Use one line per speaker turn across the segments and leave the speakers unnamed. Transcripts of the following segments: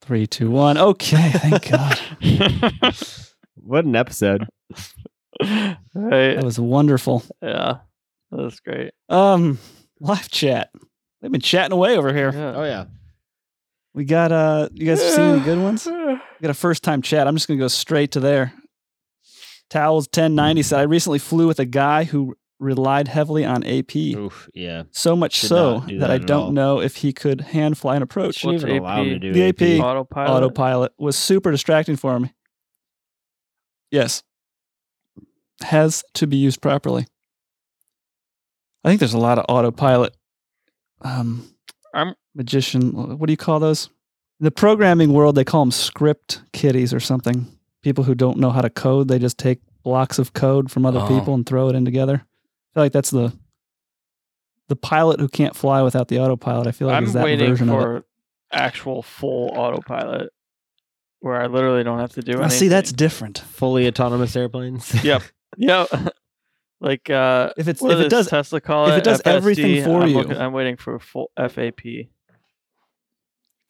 Three, two, one. Okay, thank God.
What an episode.
That
right.
was wonderful.
Yeah. That's great.
Um, live chat. They've been chatting away over here.
Yeah.
Oh, yeah.
We got uh you guys have seen any good ones? We got a first time chat. I'm just gonna go straight to there. Towels 1090 said I recently flew with a guy who relied heavily on AP.
Oof. Yeah.
So much
Should
so
not do
that,
that
I
at all.
don't know if he could hand fly an approach.
Shouldn't
What's
even allow him to
AP?
do
The
AP.
AP.
Autopilot.
Autopilot was super distracting for him. Yes. Has to be used properly. I think there's a lot of autopilot um
I'm-
magician what do you call those? In the programming world they call them script kiddies or something. People who don't know how to code, they just take blocks of code from other
Oh.
people and throw it in together. I feel like that's the the pilot who can't fly without the autopilot. I feel like
I'm
is that
waiting
version of it.
for actual full autopilot where I literally don't have to do
Now,
anything.
Ah, see, that's different.
Fully autonomous airplanes.
Yep. yep. like uh
If it's
what
if it does
Tesla call
if it does everything
FSD?
for
I'm
you.
I'm waiting for full FAP.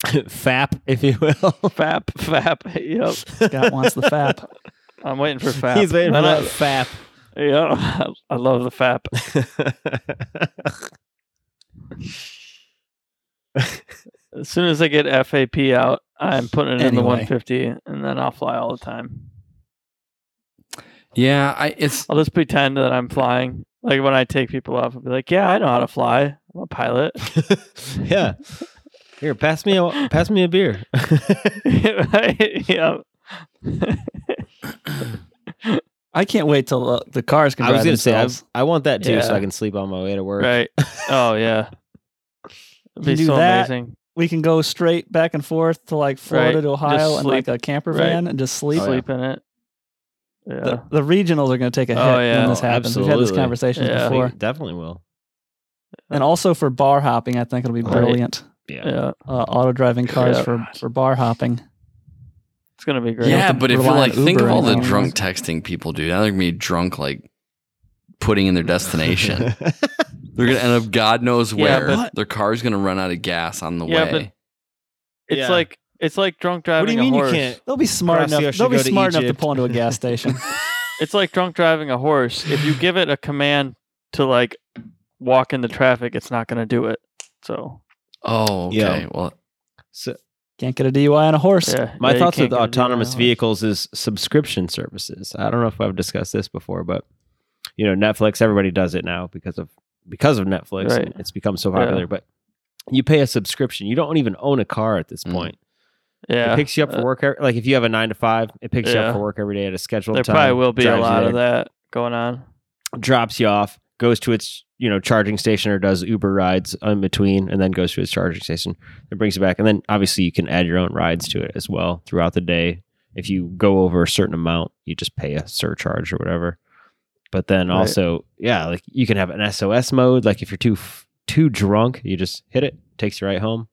FAP, if you will.
FAP FAP. Yep.
Scott wants the fap.
I'm waiting for FAP.
He's waiting for
And I-
that FAP.
Yeah. I love the FAP. As soon as I get FAP out, I'm putting it in the
Anyway.
150 and then I'll fly all the time.
Yeah, I it's
I'll just pretend that I'm flying. Like when I take people off, I'll be like, "Yeah, I know how to fly. I'm a pilot."
yeah. Here, pass me a pass me a beer.
Right? yeah.
I can't wait till uh, the cars can
I
drive
was gonna say i
themselves.
I want that too, so
Yeah.
I can sleep on my way to work.
Right. Oh yeah. It'd
You
be
do
so
that,
amazing.
we can go straight back and forth to like Florida
Right.
to Ohio
Just
and like
sleep.
a camper
Right.
van and just sleep.
Oh, yeah.
Sleep in it. Yeah.
the, the regionals are going to take a hit
Oh, yeah.
when this
Oh,
happens. We've had this
absolutely.
conversation
Yeah.
I think
before,
it definitely will.
and also for bar hopping, I think it'll be
Right.
brilliant.
Yeah.
yeah.
Uh, Auto driving cars
Yeah.
for for bar hopping.
It's gonna be great.
don't
yeah,
have to
but if you're
rely on
like think
Uber
of all the
anymore.
drunk texting people do. Now they're gonna be drunk like putting in their destination. they're gonna end up God knows
Yeah,
where.
but-
their car's gonna run out of gas on the
Yeah, but-
way.
It's
Yeah.
like it's like drunk
what do you
driving
mean
a
you
horse.
can't?
They'll be smart
Across the
enough.
ocean,
They'll be
go to
smart enough to
Egypt.
pull into a gas station.
It's like drunk driving a horse. If you give it a command to like walk in the traffic, it's not gonna do it. So
oh, okay.
Yeah.
Well,
So
Can't get a DUI on a horse.
yeah.
my
yeah, you
thoughts
can't
with
get a
autonomous
DUI.
vehicles is subscription services. I don't know if I've discussed this before, but you know, Netflix, everybody does it now because of because of Netflix.
Right.
and It's become so
Yeah.
popular, but you pay a subscription. You don't even own a car at this
Mm.
point.
Yeah.
It picks you up for
Uh,
work. Every, like if you have a nine to five, it picks you
Yeah.
up for work every day at a scheduled
There
time.
probably will be a
drives you
lot of
there.
that going on.
drops you off, goes to its you know charging station or does Uber rides in between, and then goes to its charging station and brings you back. And then obviously you can add your own rides to it as well throughout the day. If you go over a certain amount, you just pay a surcharge or whatever. But then
Right.
also, yeah, like you can have an SOS mode. Like if you're too f- too drunk, you just hit it, takes you right home,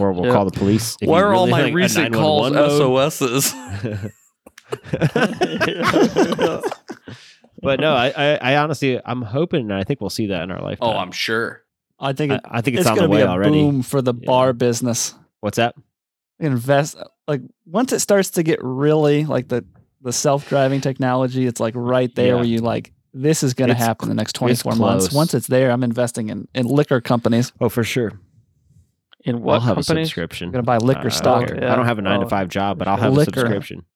or we'll
Yeah.
call the police. If you
why are all
really
my
like a
recent calls
911 mode.
SOSs?
but no, I, I, I honestly, I'm hoping, and I think we'll see that in our lifetime.
oh, I'm sure.
I think
I,
it,
I think
it's,
it's, on
going
the
to be
way
a
already.
boom for the
Yeah.
bar business.
What's that?
invest like once it starts to get really like the the self-driving technology it's like right there
Yeah.
where you like this is going to
It's
happen in the next 24 months
close.
once it's there i'm investing in in liquor companies
Oh, for sure.
In what
I'll have a
companies?
i'm
subscription.
going to buy liquor
Uh,
stock
I don't,
Yeah.
I don't have a nine
Oh,
to five job, but I'll have
liquor.
a subscription.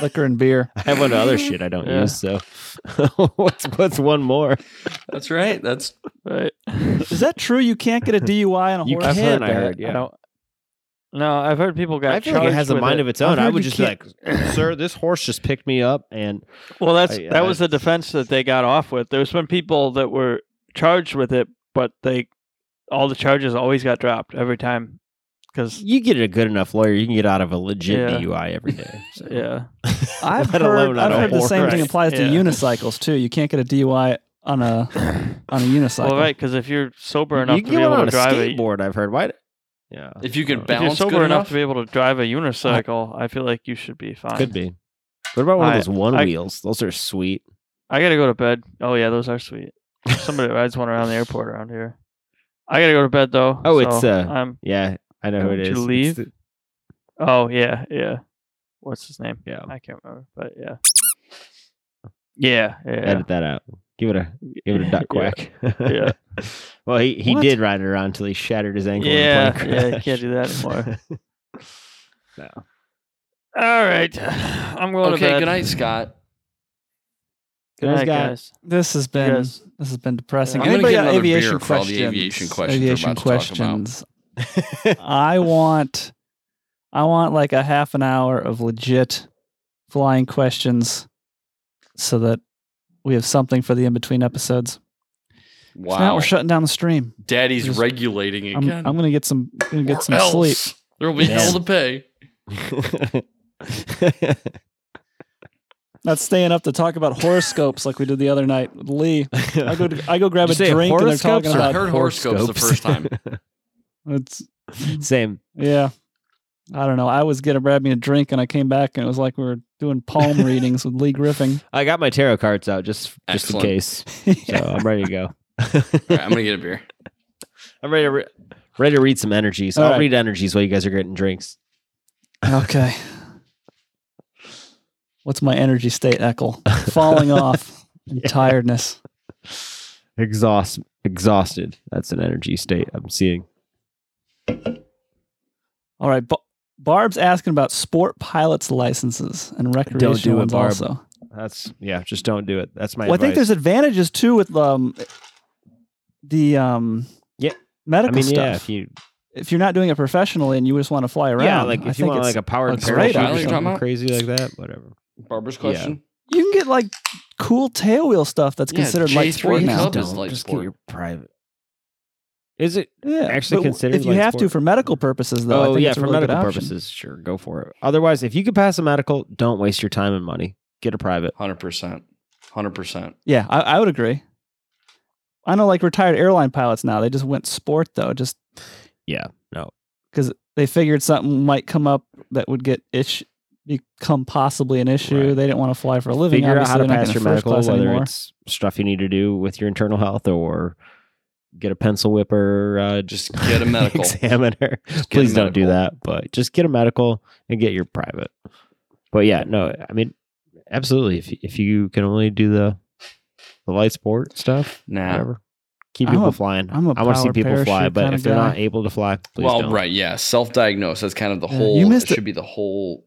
liquor and beer
I have one other shit I don't
Yeah.
use. So what's what's one more?
That's right. That's
Right.
is that true you can't get a dui on a
You
horse
I've
can,
heard
I
that.
heard, yeah.
don't- no, I've heard people got.
I feel like it
charged
has a
with
mind
it.
of its
I've
own. I
heard
would
you
just be like, sir, this horse just picked me up, and
Well, that's
I-
that
I-
was the defense that they got off with. There's been people that were charged with it, but they all the charges always got dropped every time because
you get a good enough lawyer, you can get out of a legit
Yeah.
DUI every day. So.
yeah,
i've
Let
heard,
alone
I've
on a
heard the
horse.
same thing
Right.
applies to
Yeah.
unicycles too you can't get a dui on a on a unicycle
well, right, because if you're sober
You
enough
can
to
get
be
one
able
on
to
a
drive it,
skateboard. I've heard. Why? Yeah,
if you
If you're
if
can
you're
balance
sober
good
enough,
enough.
to be able to drive a unicycle, I feel like you should be fine.
could be. What about one
I-
of those one
I-
wheels? Those are sweet.
I gotta go to bed. Oh yeah, those are sweet. Somebody rides one around the airport around here. I gotta go to bed though.
Oh,
so
it's, uh,
I'm
Yeah, I know who
Would
it
you
is. It's
leave?
the-
Oh yeah, yeah. What's his name?
Yeah.
I can't remember, but yeah. Yeah, yeah.
Edit that out. Give it a give it a duck
Yeah.
quack.
Yeah.
well, he, he
What?
did ride it around until he shattered his ankle. in a
Yeah,
plane
yeah, you
crash.
can't do that anymore.
no.
All right. I'm going to
Okay,
bed.
good night, Scott.
Good
Nice
night,
guy.
guys.
This has been
Yes.
this has been depressing.
I'm
gonna
Anybody
get
got
another
aviation
beer
questions?
for all the aviation questions we're
Aviation
about to talk about.
questions. I want I want like a half an hour of legit flying questions so that we have something for the in between episodes. So now
Wow,
we're shutting down the stream.
Daddy's
Just-
regulating
I'm,
again.
I'm gonna get some gonna
Or
get some
else
sleep.
There'll be hell
Man.
to pay.
Not staying up to talk about horoscopes like we did the other night with Lee. I go to, I go grab a
Did you say
drink and they're talking
horoscopes or
I
about
heard horoscopes the first time.
it's
Same.
yeah. I don't know. I was gonna grab me a drink and I came back and it was like we were doing palm readings with Lee Griffin.
I got my tarot cards out just just in
Excellent.
case, so I'm ready to go.
All right, I'm gonna get a beer.
I'm ready to re- ready to read some energies.
All
I'll
right.
read energies while you guys are getting drinks.
Okay. What's my energy state, Eckel? Falling off and tiredness.
Exhaust exhausted. That's an energy state I'm seeing.
All right. Ba- Barb's asking about sport pilots' licenses and recreational
do it,
ones
Barb.
also.
That's yeah. Just don't do it. That's my.
Well, I think
advice.
there's advantages too with um, the um,
Yeah. I
medical
mean, yeah.
stuff.
If you
if you're not doing it professionally and you just want to fly around,
yeah, like
I
if you
think
want
it's-
like a powered
it's
parachute
great
or
idea. You're talking
something
about?
crazy like that, whatever.
Barbara's
Yeah.
question.
you can get like cool tailwheel stuff that's
Yeah,
considered light sport
J3
now.
Club is like
just
sport.
get your private. Is it
Yeah,
actually
but w-
considered
if you
light
have to
sport.
for medical purposes, though. I
oh
think
yeah,
it's a
for
really good
medical
option.
purposes, sure, go for it. Otherwise, if you can pass a medical, don't waste your time and money. Get a private.
Hundred percent. Hundred percent.
Yeah, I, I would agree. I know, like retired airline pilots now, they just went sport though, just
Yeah, no.
because they figured something might come up that would get ish become possibly an issue.
Right.
They didn't want to fly for a living.
Figure out
Obviously,
how to
they're not
pass
getting
your
first
medical,
class
whether
anymore.
it's stuff you need to do with your internal health or get a pencil whipper. Uh,
Just get a medical.
examiner.
get a
Please don't do
medical.
that, but just get a medical and get your private. But yeah, no, I mean, absolutely. If if you can only do the the light sport stuff,
Nah.
whatever, keep
I'm
people
a-
flying.
I'm a
I want to see
power
people fly,
parachute
but
kinda
if they're not
guy.
able to fly, please
Well,
don't.
right, yeah. Self-diagnosed. That's kind of the
Yeah, you
whole.
missed
it
it.
should be the whole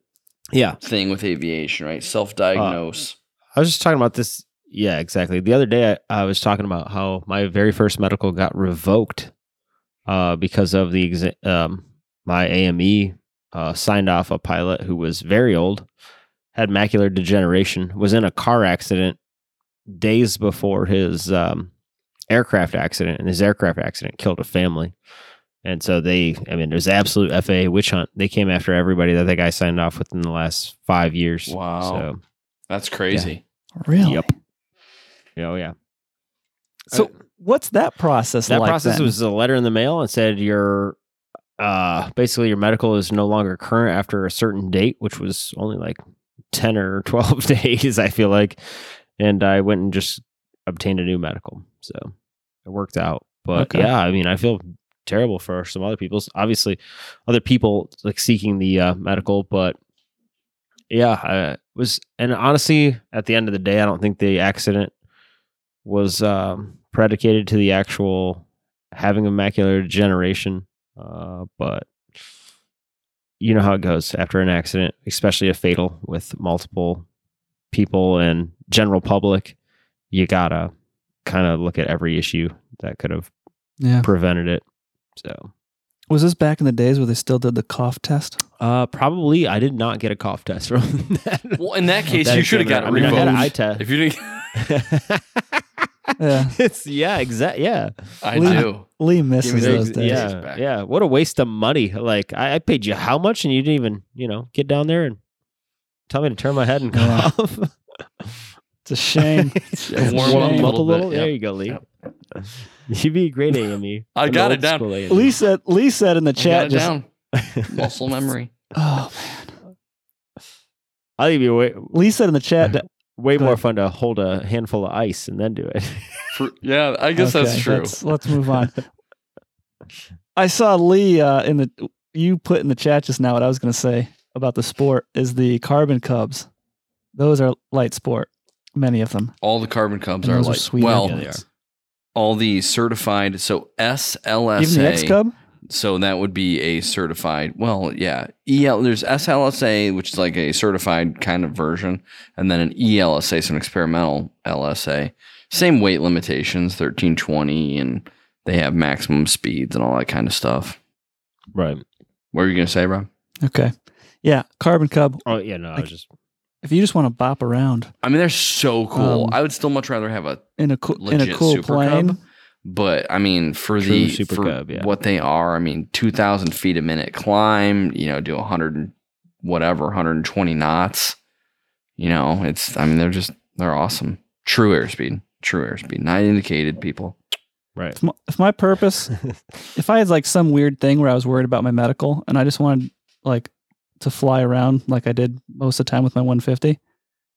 Yeah,
thing with aviation, right? Self-diagnose.
I was just talking about this. Yeah, exactly. The other day, I, I was talking about how my very first medical got revoked uh, because of the exa- um, my AME uh, signed off a pilot who was very old, had macular degeneration, was in a car accident days before his um, aircraft accident, and his aircraft accident killed a family. And so they, I mean, there's absolute FAA witch hunt. They came after everybody that that guy signed off within the last five years.
Wow.
So
That's crazy.
really.
Yep. Yeah, Oh yeah.
So what's that process
that
like?
process
then?
was a letter in the mail and said your uh basically your medical is no longer current after a certain date, which was only like ten or twelve days, I feel like. And I went and just obtained a new medical. So it worked out. But
Okay.
yeah, I mean I feel terrible for some other people's obviously other people like seeking the uh, medical, but yeah, I was and honestly, at the end of the day, I don't think the accident was um, predicated to the actual having a macular degeneration. Uh, but you know how it goes after an accident, especially a fatal with multiple people and general public. You gotta kind of look at every issue that could have
yeah.
prevented it. So
Was this back in the days where they still did the cough test?
uh, probably I did not get a cough test from that.
Well, in that case, you should have got
I mean, I had an eye
revoked.
test.
If you didn't,
Yeah.
it's yeah, exactly. Yeah,
I
Lee-
do.
Lee misses
me the
those
ex-
days.
yeah.
yeah,
back.
yeah. What a waste of money! Like I, I paid you how much, and you didn't even, you know, get down there and tell me to turn my head and
Yeah.
cough.
It's a shame.
Yeah, warm
up a
Warm
little bit,
There
yeah.
you go, Lee.
Yep.
You'd be a great AME.
I
An
got it
old
down.
school AME.
Lee said. Lee said in the
I got
chat.
it
Just,
down. Muscle memory.
oh,
I think it'd be way,
Lee said in the chat.
way
Go
more
ahead.
fun to hold a handful of ice and then do it.
Fru- yeah, I guess that's
Okay,
true.
Let's, let's move on. I saw Lee uh, in the you put in the chat just now what I was going to say about the sport is the carbon cubs. Those are light sport, many of them.
All the carbon cubs
And
are
those
like
sweet
well,
Yeah, they
airplanes.
all the certified. So SLSA.
Even the X Cub?
So that would be a certified. Well, yeah. EL there's SLSA, which is like a certified kind of version, and then an E ELSA, some experimental LSA. Same weight limitations, thirteen twenty, and they have maximum speeds and all that kind of stuff.
Right.
What were you gonna say, Rob?
Okay. Yeah, carbon cub.
Oh yeah, no, I
Like-
was just
If you just want to bop around
I mean, they're so cool.
Um,
I would still much rather have a,
in a cool in a
Legit
cool
Super
plane,
Cub? but I mean, for
True
the
Super
for
Cub, yeah.
what they are, I mean, two thousand feet a minute climb. You know, do hundred and whatever, hundred and twenty knots. You know, it's. I mean, they're just they're awesome. True airspeed, true airspeed, not indicated. People,
right.
if my, if my purpose, if I had like some weird thing where I was worried about my medical and I just wanted like to fly around like I did most of the time with my 150,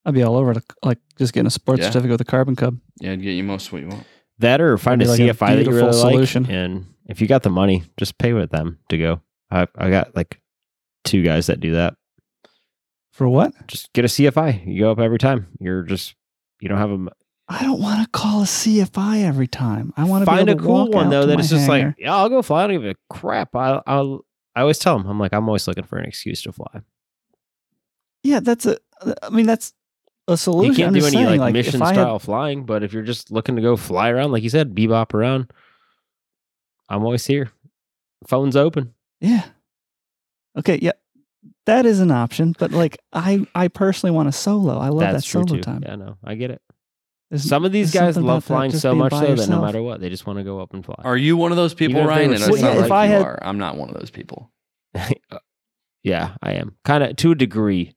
I'd be all over to like just getting a sports
Yeah.
certificate with a carbon cub.
yeah, I'd get you most of what you want.
that or find a
That'd be like a
CFI that you
beautiful
really
solution.
like, and if you got the money, just pay with them to go. I I got like two guys that do that.
For what?
Just get a CFI. You go up every time. You're just you don't have a
I don't want to call a CFI every time. I want to
find
be
a
able to
cool
walk
one
out
though
to
that
my
it's just
hangar.
like yeah i'll go fly i don't give a crap i I'll, i always tell them i'm like i'm always looking for an excuse to fly
yeah, that's a. I mean, that's a solution.
you can't
I'm
do
just
any
saying,
like,
if
mission
I had-
style flying but if you're just looking to go fly around like you said bebop around i'm always here phone's open
Yeah. Okay. Yeah. That is an option, but like I, I personally want a solo. I love
that's
that
true
solo
too
time.
yeah no i get it
There's-
some of these
there's
guys
something
love
about that,
flying
just
so
being
much
by
though that no
yourself.
matter what they just want to go up and fly
Are you one of those people,
Even if they
Ryan?
were
And
Well,
it's
yeah,
not
if
like
I
you
had-
are. I'm not one of those people.
yeah i am kind of to a degree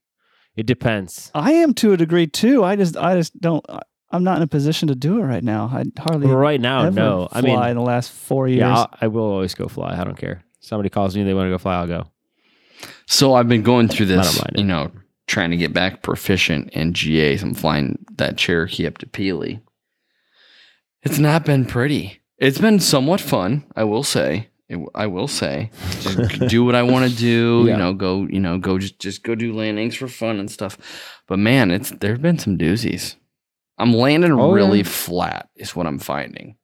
it depends
I am to a degree too. I just, I just don't. I- I'm not in a position to do it right now. I hardly
right now
ever
no
fly
i mean
in the last four years.
Yeah, I'll, I will always go fly. I don't care. Somebody calls me, they want to go fly. I'll go.
So I've been going through
I
this,
don't mind it.
you know, trying to get back proficient in GAs. I'm flying that Cherokee up to Pelee. It's not been pretty. It's been somewhat fun, I will say. It- I will say, just do what I want to do.
Yeah.
You know, go. You know, go. Just just go do landings for fun and stuff. But man, it's there have been some doozies. I'm landing
Oh, yeah.
really flat. Is what I'm finding.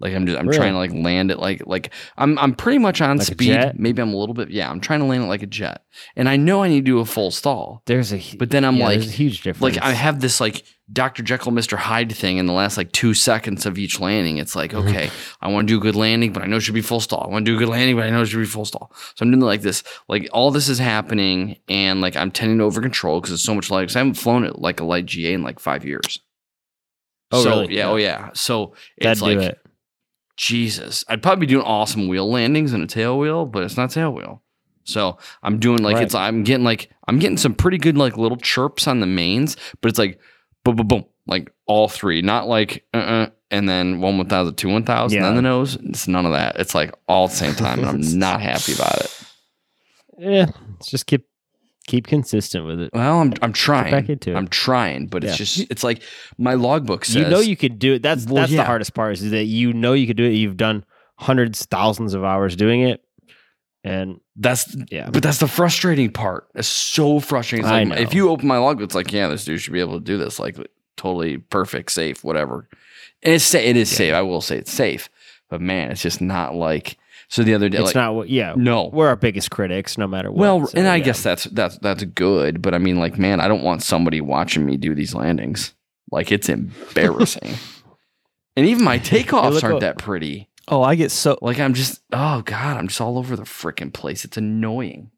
Like I'm just I'm
Really?
trying to like land it like like I'm I'm pretty much on
Like a
speed.
jet?
Maybe I'm a little bit yeah. I'm trying to land it like a jet, and I know I need to do a full stall.
There's a hu-
But then I'm
yeah,
like-
there's a huge difference.
Like I have this like Dr. Jekyll, Mr. Hyde thing in the last like two seconds of each landing. It's like
Mhm.
okay, I want to do a good landing, but I know it should be full stall. I want to do a good landing, but I know it should be full stall. So I'm doing like this. Like all this is happening, and like I'm tending to over control because it's so much light. Because I haven't flown it like a light GA in like five years.
Oh,
so,
really?
Yeah, Oh yeah. So
that'd
it's like
do it.
Jesus, I'd probably be doing awesome wheel landings and a tail wheel, but it's not tail wheel. So I'm doing like
Right.
it's I'm getting like I'm getting some pretty good like little chirps on the mains, but it's like boom boom boom like all three, not like uh uh and then one one thousand, two one thousand,
Yeah.
then the nose. It's none of that. It's like all at the same time, and I'm not happy about it.
Yeah, let's just keep keep consistent with it.
Well, I'm
Get
I'm
back
trying.
into it.
I'm trying, but it's
Yeah.
just it's like my logbook says
you know you could do it. That's
Well,
that's
yeah.
the hardest part is that you know you could do it. You've done hundreds, thousands of hours doing it, and
that's
yeah,
But that's the frustrating part. It's so frustrating. It's
I
like,
know.
If you open my logbook, it's like, yeah, this dude should be able to do this. Like, totally perfect, safe, whatever. And it's sa- it is
Yeah.
safe. I will say it's safe. But man, it's just not like. So the other day,
it's
like,
not what. Yeah,
no.
we're our biggest critics, no matter what.
Well,
so,
and I
yeah.
guess that's that's that's good. But I mean, like, man, I don't want somebody watching me do these landings. Like, it's embarrassing. and even my takeoffs
look
aren't
up.
that pretty.
oh, I get so
Like, I'm just, oh god, I'm just all over the freaking place. It's annoying.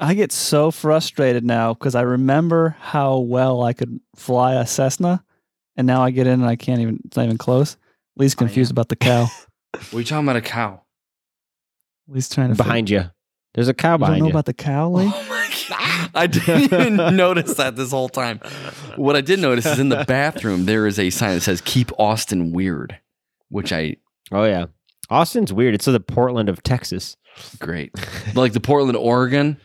I get so frustrated now because I remember how well I could fly a Cessna, and now I get in and I can't even. It's not even close. Lee's
I know.
confused about the cow.
What are you talking about a cow?
Lee's trying to fi-
behind you, there's a cow
You don't
behind
know
you.
about the cow, Lee.
Oh my god! I didn't even notice that this whole time. What I did notice is in the bathroom there is a sign that says "Keep Austin Weird," which I
oh yeah, Austin's weird. It's the Portland of Texas.
great, like the Portland, Oregon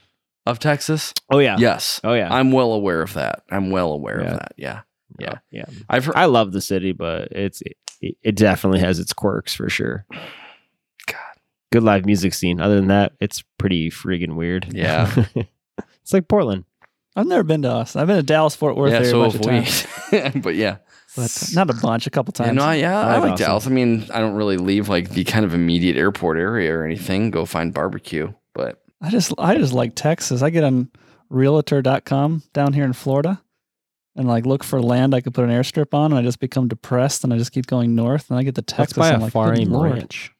of Texas.
Oh yeah.
Yes,
Oh yeah.
I'm well aware of that. I'm well aware
Yeah.
of that. Yeah, yeah.
Yeah.
I've heard.
I love the city, but it's it, it definitely has its quirks for sure.
God,
good live music scene. Other than that, it's pretty friggin' weird.
Yeah.
it's like Portland.
I've never been to Austin. I've been to Dallas Fort Worth
yeah,
area
so
a bunch of times,
if we, but yeah,
but not a bunch, a couple
yeah,
times.
no, yeah, I
Alright,
like
awesome.
Dallas. I mean, I don't really leave like the kind of immediate airport area or anything. Go find barbecue, but
I just I just like Texas. I get on realtor.com down here in Florida and like look for land I could put an airstrip on and I just become depressed and I just keep going north and I get to Texas.
Let's
I'm
buy a
like,
Far
"Good
Aim
Lord."
Ranch.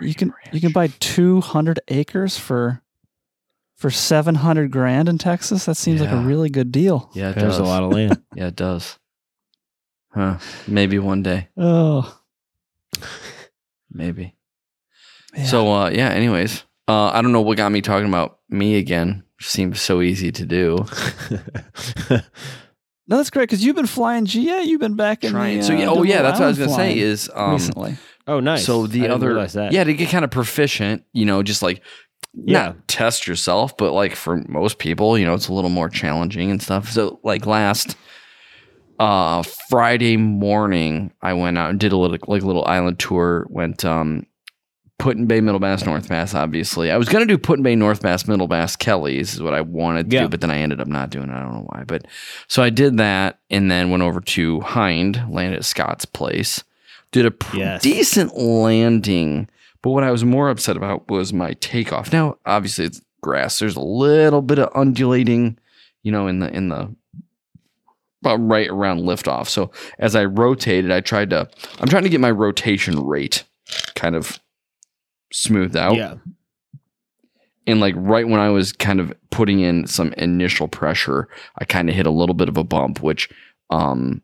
You can you can buy two hundred acres for for seven hundred grand in Texas. That seems like a
Yeah.
really good deal.
Yeah, it
There's
does.
a lot of land.
Yeah, it does. Huh? Maybe one day.
Oh,
Maybe.
yeah.
So uh, yeah. Anyways, uh, I don't know what got me talking about me again. Seems so easy to do.
no, that's great because you've been flying GA. You've been back in
Trying.
The,
so
uh,
yeah. Oh
Double
yeah. That's what I was gonna
Island
say.
flying
Is um.
recently.
oh, nice.
So
I
the
didn't
other,
realize that.
yeah, to get kind of proficient, you know, just like
Yeah.
not test yourself, but like for most people, you know, it's a little more challenging and stuff. So like last uh Friday morning, I went out and did a little like a little island tour. Went um Put in Bay, Middle Bass, North Bass, obviously. I was going to do Put in Bay, North Bass, Middle Bass, Kelly's is what I wanted to
Yeah.
do, but then I ended up not doing it. I don't know why. But so I did that and then went over to Hind, landed at Scott's place, did a pr-
Yes.
decent landing. But what I was more upset about was my takeoff. Now, obviously, it's grass. There's a little bit of undulating, you know, in the, in the, about right around liftoff. So as I rotated, I tried to, I'm trying to get my rotation rate kind of smoothed out.
Yeah.
And like right when I was kind of putting in some initial pressure, I kind of hit a little bit of a bump, which, um,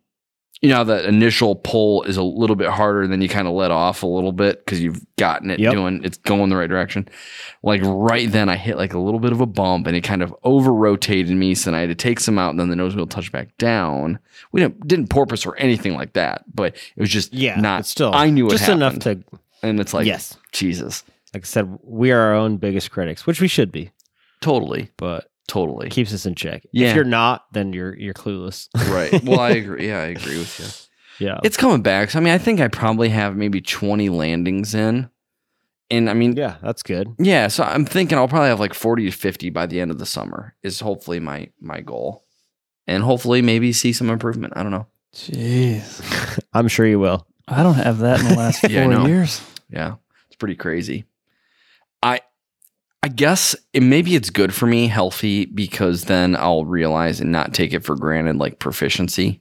you know, that initial pull is a little bit harder than you kind of let off a little bit because you've gotten it
Yep.
doing, it's going the right direction. Like right then, I hit like a little bit of a bump and it kind of over rotated me. So then I had to take some out and then the nose wheel touched back down. We didn't, didn't porpoise or anything like that, but it was just
Yeah.
not
it's still.
I knew it
just enough to.
and it's like
yes.
Jesus,
Like I said, we are our own biggest critics, which we should be,
totally,
but
totally,
it keeps us in check.
Yeah.
If you're not, then you're you're clueless.
right. Well, I agree. Yeah, I agree with you.
yeah.
It's coming back. So I mean, I think I probably have maybe twenty landings in, and I mean, yeah.
yeah, that's good.
so I'm thinking I'll probably have like forty to fifty by the end of the summer. Is hopefully my my goal, and hopefully maybe see some improvement. I don't know.
Jeez,
I'm sure you will.
I don't have that in the last four
Yeah, I know.
years.
Yeah, it's pretty crazy. I I guess it, maybe it's good for me, healthy, because then I'll realize and not take it for granted, like proficiency.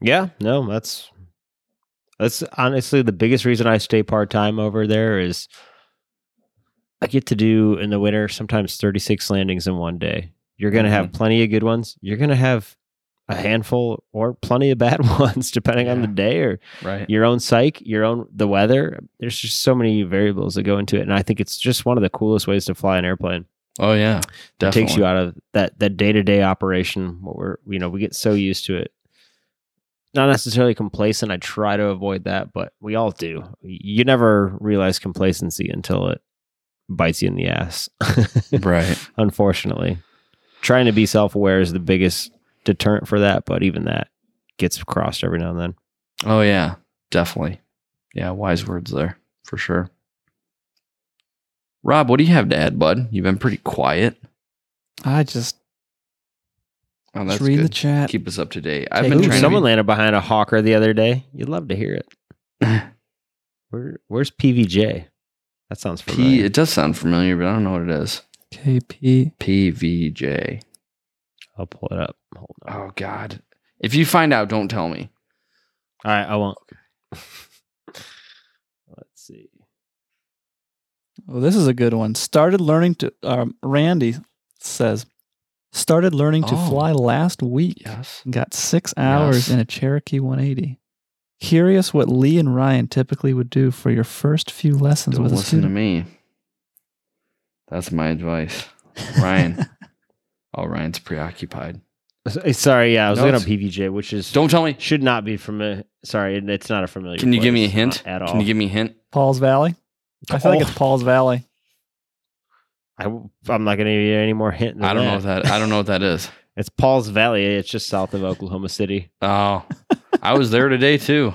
Yeah, no, that's that's honestly the biggest reason I stay part time over there is I get to do in the winter sometimes 36 landings in one day. You're going to have plenty of good ones. You're going to have a handful or plenty of bad ones depending on the day or
Right.
your own psyche, your own the weather. There's just so many variables that go into it and I think it's just one of the coolest ways to fly an airplane.
Oh yeah,
It
definitely.
takes you out of that that day to day operation. What we're you know we get so used to it. Not necessarily complacent. I try to avoid that, but we all do. You never realize complacency until it bites you in the ass.
right.
Unfortunately, trying to be self aware is the biggest deterrent for that. But even that gets crossed every now and then.
Oh yeah, definitely. Yeah, wise words there for sure. Rob, what do you have to add, bud? You've been pretty quiet.
I just,
Oh,
just read the chat.
Keep us up to date. I've
Take
been
it.
Ooh,
trying.
someone
to
landed behind a hawker the other day. You'd love to hear it. Where, where's PVJ? That sounds
be-
familiar.
P. It does sound familiar, but I don't know what it is.
KP.
PVJ.
I'll pull it up. Hold on.
Oh God. If you find out, don't tell me.
All right, I won't. Let's see.
Oh, this is a good one. Started learning to. Um, Randy says, started learning to
Oh.
fly last week.
Yes.
Got six hours
Yes.
in a Cherokee 180. Curious what Lee and Ryan typically would do for your first few lessons
Don't
with a
listen to
student.
me. That's my advice, Ryan. oh, Ryan's preoccupied.
S- eh, Sorry, yeah, I was
No,
looking
it's-
at PVJ, which is
Don't tell me.
should not be familiar. Sorry, it- it's not a familiar.
Can you give
place,
me a
not
hint?
at all?
Can you give me a hint?
Paul's Valley. I feel
Oh.
like it's Paul's Valley.
I, am not going to give you any more hint. Than
I don't know what that. I don't know what that is.
It's Paul's Valley. eh, It's just south of Oklahoma City.
Oh, I was there today too.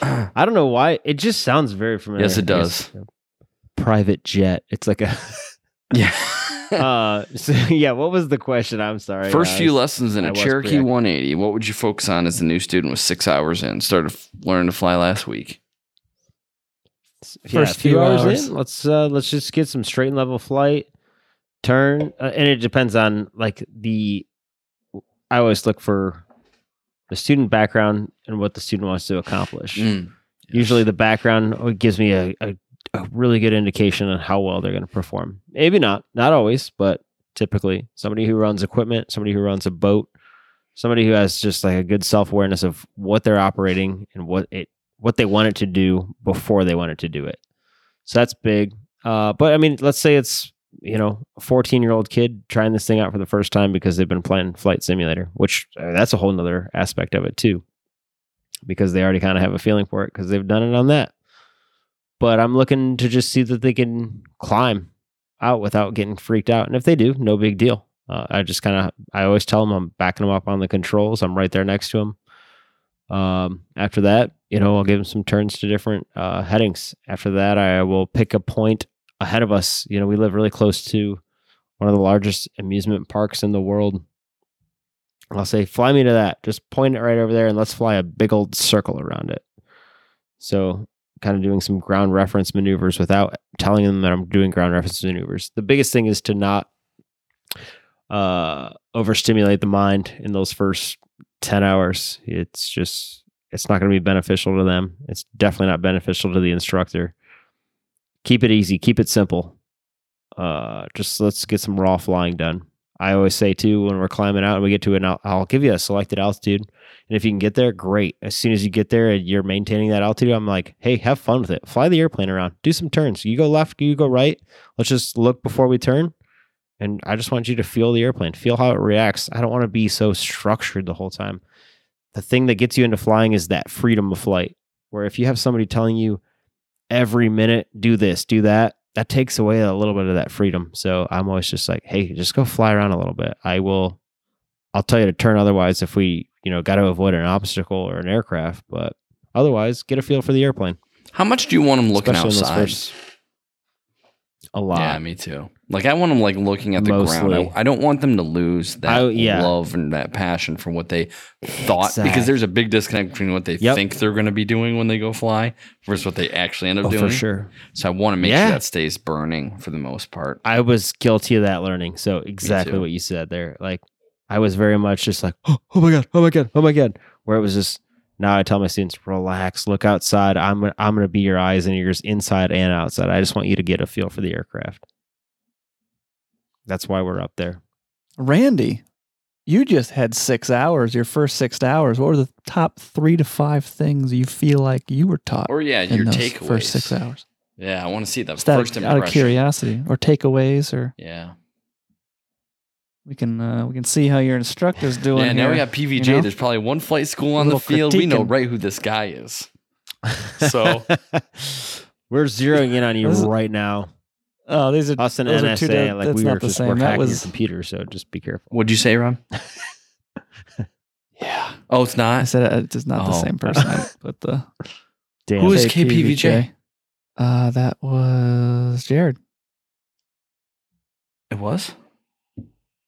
I don't know why. It just sounds very familiar.
Yes, it
I guess,
does.
you know, Private jet. It's like a.
Yeah.
uh, so, yeah. What was the question? I'm sorry.
First
I
few
was-
lessons in
I
a
was
Cherokee
preoccupied.
180. What would you focus on as a new student with six hours in? Started f- learning to fly last week.
yeah,
First
a few
few
hours,
hours.
in. Let's uh, let's just get some straight and level flight. Turn, uh, and it depends on like the. I always look for the student background and what the student wants to accomplish. Hmm. Usually, the background gives me a, a, a really good indication on how well they're going to perform. Maybe not, not always, but typically, somebody who runs equipment, somebody who runs a boat, somebody who has just like a good self awareness of what they're operating and what it what they want it to do before they want it to do it. So that's big. Uh, but I mean, let's say it's you know a 14 year old kid trying this thing out for the first time because they've been playing flight simulator which uh, that's a whole nother aspect of it too because they already kind of have a feeling for it because they've done it on that. But I'm looking to just see that they can climb out without getting freaked out. And if they do, no big deal. Uh, I just kind of, I always tell them I'm backing them up on the controls. I'm right there next to them. Um, after that, you know, I'll give them some turns to different uh, headings. After that, I will pick a point ahead of us. You know, we live really close to one of the largest amusement parks in the world. I'll say, fly me to that. Just point it right over there and let's fly a big old circle around it. So, kind of doing some ground reference maneuvers without telling them that I'm doing ground reference maneuvers. The biggest thing is to not uh, overstimulate the mind in those first 10 hours. It's just, it's not going to be beneficial to them. It's definitely not beneficial to the instructor. Keep it easy, keep it simple. Uh, just let's get some raw flying done. I always say too when we're climbing out and we get to an al- I'll give you a selected altitude, and if you can get there, great. As soon as you get there and you're maintaining that altitude, I'm like, hey, have fun with it. Fly the airplane around, do some turns. You go left, you go right. Let's just look before we turn, and I just want you to feel the airplane, feel how it reacts. I don't want to be so structured the whole time. The thing that gets you into flying is that freedom of flight, where if you have somebody telling you every minute, do this, do that, that takes away a little bit of that freedom. So I'm always just like, hey, just go fly around a little bit. I will, I'll tell you to turn otherwise if we, you know, got to avoid an obstacle or an aircraft, but otherwise, get a feel for the airplane.
How much do you want them looking
especially in those
outside?
first- A lot.
Yeah, me too. Like I want them like looking at the ground.
Mostly.
I, I don't want them to lose that
I- yeah.
love and that passion for what they thought
Exact-
because there's a big disconnect between what they
Yep.
think they're going to be doing when they go fly versus what they actually end up
oh,
doing.
for sure.
So I want to make
Yeah.
sure that stays burning for the most part.
I was guilty of that learning. So exactly
too.
what you said there. Like I was very much just like, oh, oh my god, oh my god, oh my god. Where it was just now I tell my students, relax, look outside. I'm gonna- I'm gonna be your eyes and ears inside and outside. I just want you to get a feel for the aircraft. That's why we're up there.
Randy, you just had six hours, your first six hours. What were the top three to five things you feel like you were taught
Or yeah,
in
your
those
takeaways.
first six hours?
Yeah, I want to see the
Just out,
first
of,
impression.
out of curiosity or takeaways, or
Yeah.
we can uh, we can see how your instructor's doing.
yeah, now we
here.
got PVJ.
you know?
There's probably one flight school on the
Little
field. We know
critiquing.
right who this guy is. So-
we're zeroing in on you
This is-
right now.
Oh, these are
Uh,
Us and
Those are two
NSA,
di-
like
that's
we were
not the
just
same.
we're
That
hacking your
was-
computer, so just be careful.
What'd you say, Ron?
yeah.
Oh, it's
I
not.
said uh, it's not the
Oh.
same person, I put the
Damn.
Who is
Say
KPVJ?
Uh, that was Jared.
It was.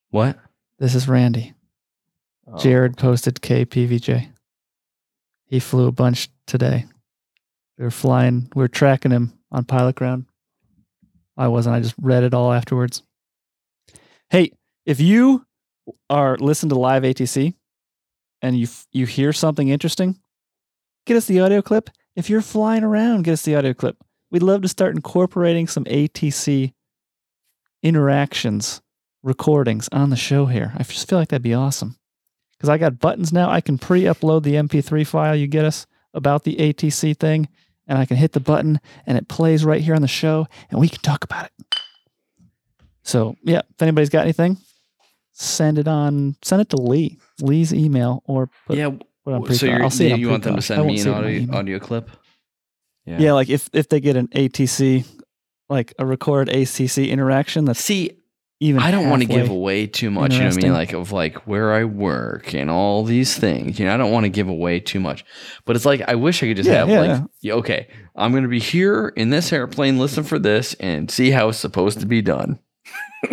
What?
This is Randy.
Oh.
Jared posted KPVJ. He flew a bunch today. We were flying, we were tracking him on pilot ground. I wasn't, I just read it all afterwards. Hey, if you are listen to live ATC and you f- you hear something interesting, get us the audio clip. If you're flying around, get us the audio clip. We'd love to start incorporating some ATC interactions recordings on the show here. I just feel like that'd be awesome. Because I got buttons now. I can pre upload the MP3 file you get us about the ATC thing, and I can hit the button and it plays right here on the show, and we can talk about it. So, yeah, if anybody's got anything, send it on, send it to Lee, Lee's email, or put
yeah.
what I'm
w- So you're,
I'll see it
you,
on
you want them to
pre-doc. I
send
won't
me an
see it on my
audio,
email.
audio clip? Yeah.
Yeah, like if, if they get an ATC, like a record ACC interaction, that's
See,
even
I don't want to give
halfway.
away too much, you know what I mean?
Interesting.
Like of like where I work and all these things. You know, I don't want to give away too much. But it's like I wish I could just
Yeah,
have
yeah,
like
yeah.
yeah, okay, I'm gonna be here in this airplane, listen for this, and see how it's supposed to be done.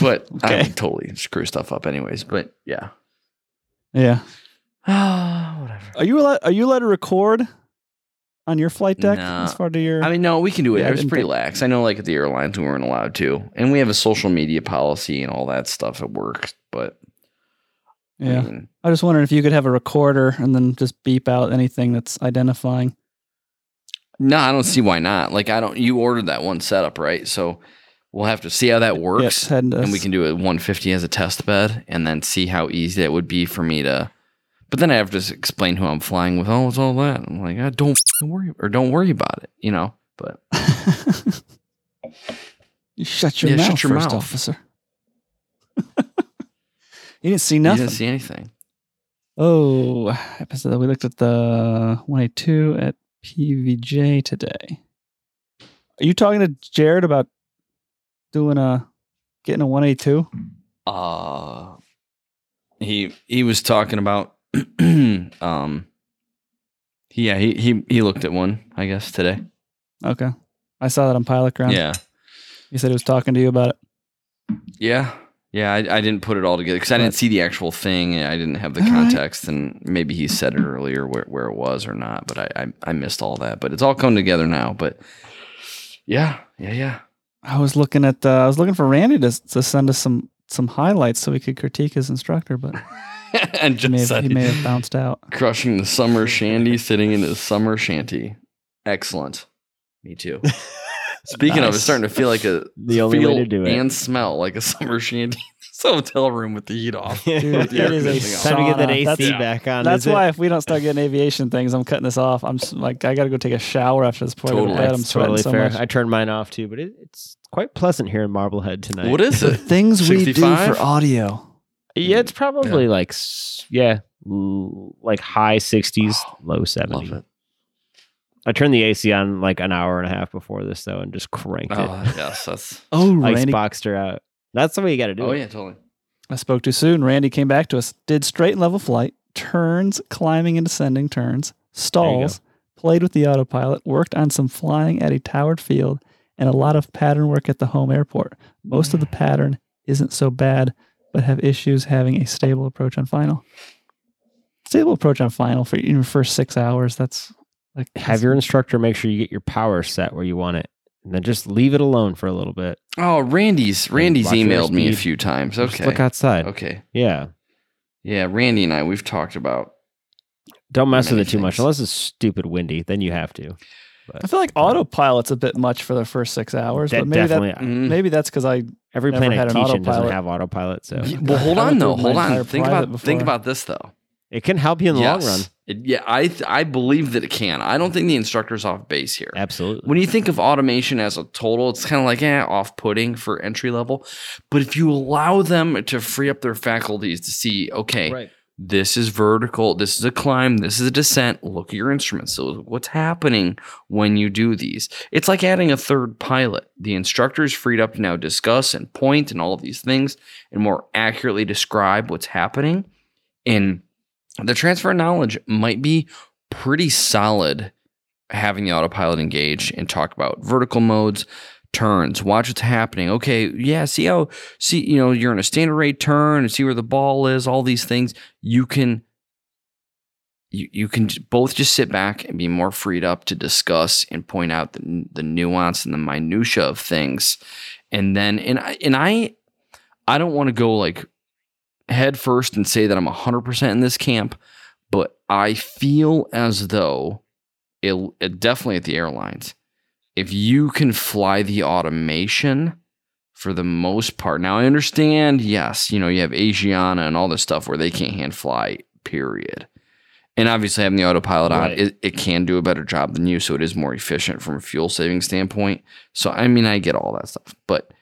but I
Okay.
would totally screw stuff up anyways. But yeah.
Yeah.
Ah, whatever.
Are you allowed, are you allowed to record on your flight deck
No.
as far to your
I mean, no, we can do it.
Yeah, I
it was
didn't
pretty
think-
lax. I know like at the airlines we weren't allowed to. And we have a social media policy and all that stuff at work, but I
Yeah.
mean,
I was just wondering if you could have a recorder and then just beep out anything that's identifying.
No, I don't see why not. Like I don't. You ordered that one setup, right? So we'll have to see how that works,
Yeah, and, us.
and we can do a 150 as a test bed, and then see how easy it would be for me to. But then I have to s- explain who I'm flying with. Oh, it's all that. I'm like, ah, don't f***ing worry or don't worry about it, you know. But
you shut your
Yeah,
mouth,
shut your
first
mouth.
officer. you didn't see
you
nothing.
didn't see anything.
Oh, episode we looked at the 182 at PVJ today. Are you talking to Jared about doing a getting a 182?
Uh he he was talking about um yeah he he he looked at one I guess today
Okay. I saw that on Pilot Ground.
yeah
He said he was talking to you about it.
Yeah. Yeah, I, I didn't put it all together because I didn't see the actual thing. And I didn't have the
All right.
context, and maybe he said it earlier where, where it was or not. But I, I I missed all that. But it's all coming together now. But yeah, yeah, yeah.
I was looking at uh, I was looking for Randy to, to send us some some highlights so we could critique his instructor, but
and
he may
just
have,
said,
he may have bounced out.
crushing the summer shandy, sitting in the summer shanty. Excellent. Me too. Speaking of, it's
Nice.
starting to feel like a
The only way
feel
to do it.
and smell like a summer shanty. It's a hotel room with the heat off.
Dude,
Yeah,
it is a
missing out.
Time to get that
sauna.
AC
That's-
back on.
That's
is it?
why if we don't start getting aviation things, I'm cutting this off. I'm s like, I got to go take a shower after this. Before I go
Totally.
to bed. I'm
That's
sweating
totally
so
fair.
much.
I turned mine off too, but it, it's quite pleasant here in Marblehead tonight.
What is it?
Things we do
65?
for audio.
Yeah, it's probably like s- yeah, l- like high sixties, low
Love
seventies.
it.
I turned the AC on like an hour and a half before this though, and just cranked
Oh yes, that's
Oh,
it. Ice
Randy,
boxed her out. That's the way you got to do
Oh
it.
yeah, totally.
I spoke too soon. Randy came back to us. Did straight and level flight, turns, climbing and descending turns, stalls, played with the autopilot, worked on some flying at a towered field, and a lot of pattern work at the home airport. Most of the pattern isn't so bad, but have issues having a stable approach on final. Stable approach on final for even first six hours. That's like
Have your instructor make sure you get your power set where you want it, and then just leave it alone for a little bit.
Oh, Randy's Randy's
watch your
emailed me a
speed.
few times.
Just look
Okay.
outside.
Okay.
Yeah,
Yeah, Randy and I we've talked about
don't mess with it
Many
too much
things.
unless it's stupid windy. Then you have to.
I feel like autopilot's a bit much for the first six hours,
That
but maybe
definitely.
that maybe that's because I
every
never
plane I
had an
teach in doesn't
autopilot.
have autopilot, so
Y- Well, hold
I
on
went
though.
through
Hold
my entire
on. Think
private
about think
before.
about this though.
it can help you in the long run.
It- yeah, I th- I believe that it can. I don't think the instructor's off base here.
Absolutely.
When you think of automation as a total, it's kind of like, eh, off putting for entry level. But if you allow them to free up their faculties to see, okay, this is vertical, this is a climb, this is a descent. Look at your instruments. So what's happening when you do these? It's like adding a third pilot. The instructor is freed up to now discuss and point and all of these things and more accurately describe what's happening. And the transfer of knowledge might be pretty solid having the autopilot engaged and talk about vertical modes, turns, watch what's happening. Okay, yeah, see how see, you know, you're in a standard rate turn and see where the ball is, all these things. You can you, you can j- both just sit back and be more freed up to discuss and point out the, n- the nuance and the minutia of things. And then and I and I I don't want to go like head first and say that I'm 100% in this camp, but I feel as though it, it definitely at the airlines. If you can fly the automation for the most part. Now I understand, yes, you know, you have Asiana and all this stuff where they can't hand fly, period. And obviously having the autopilot
Right.
on, it, it can do a better job than you, so it is more efficient from a fuel saving standpoint. So I mean I get all that stuff. But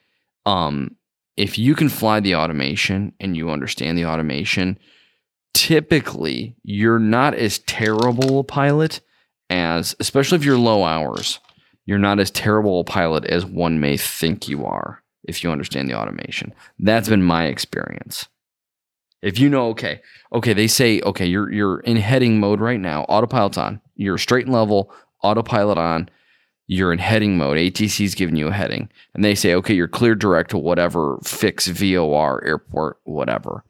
um if you can fly the automation and you understand the automation, typically you're not as terrible a pilot as especially if you're low hours, you're not as terrible a pilot as one may think you are if you understand the automation. That's been my experience. If you know, okay, okay, they say, okay, you're you're in heading mode right now. Autopilot's on. You're straight and level. Autopilot on. You're in heading mode. ATC's giving you a heading, and they say, okay, you're clear direct to whatever fix VOR airport whatever.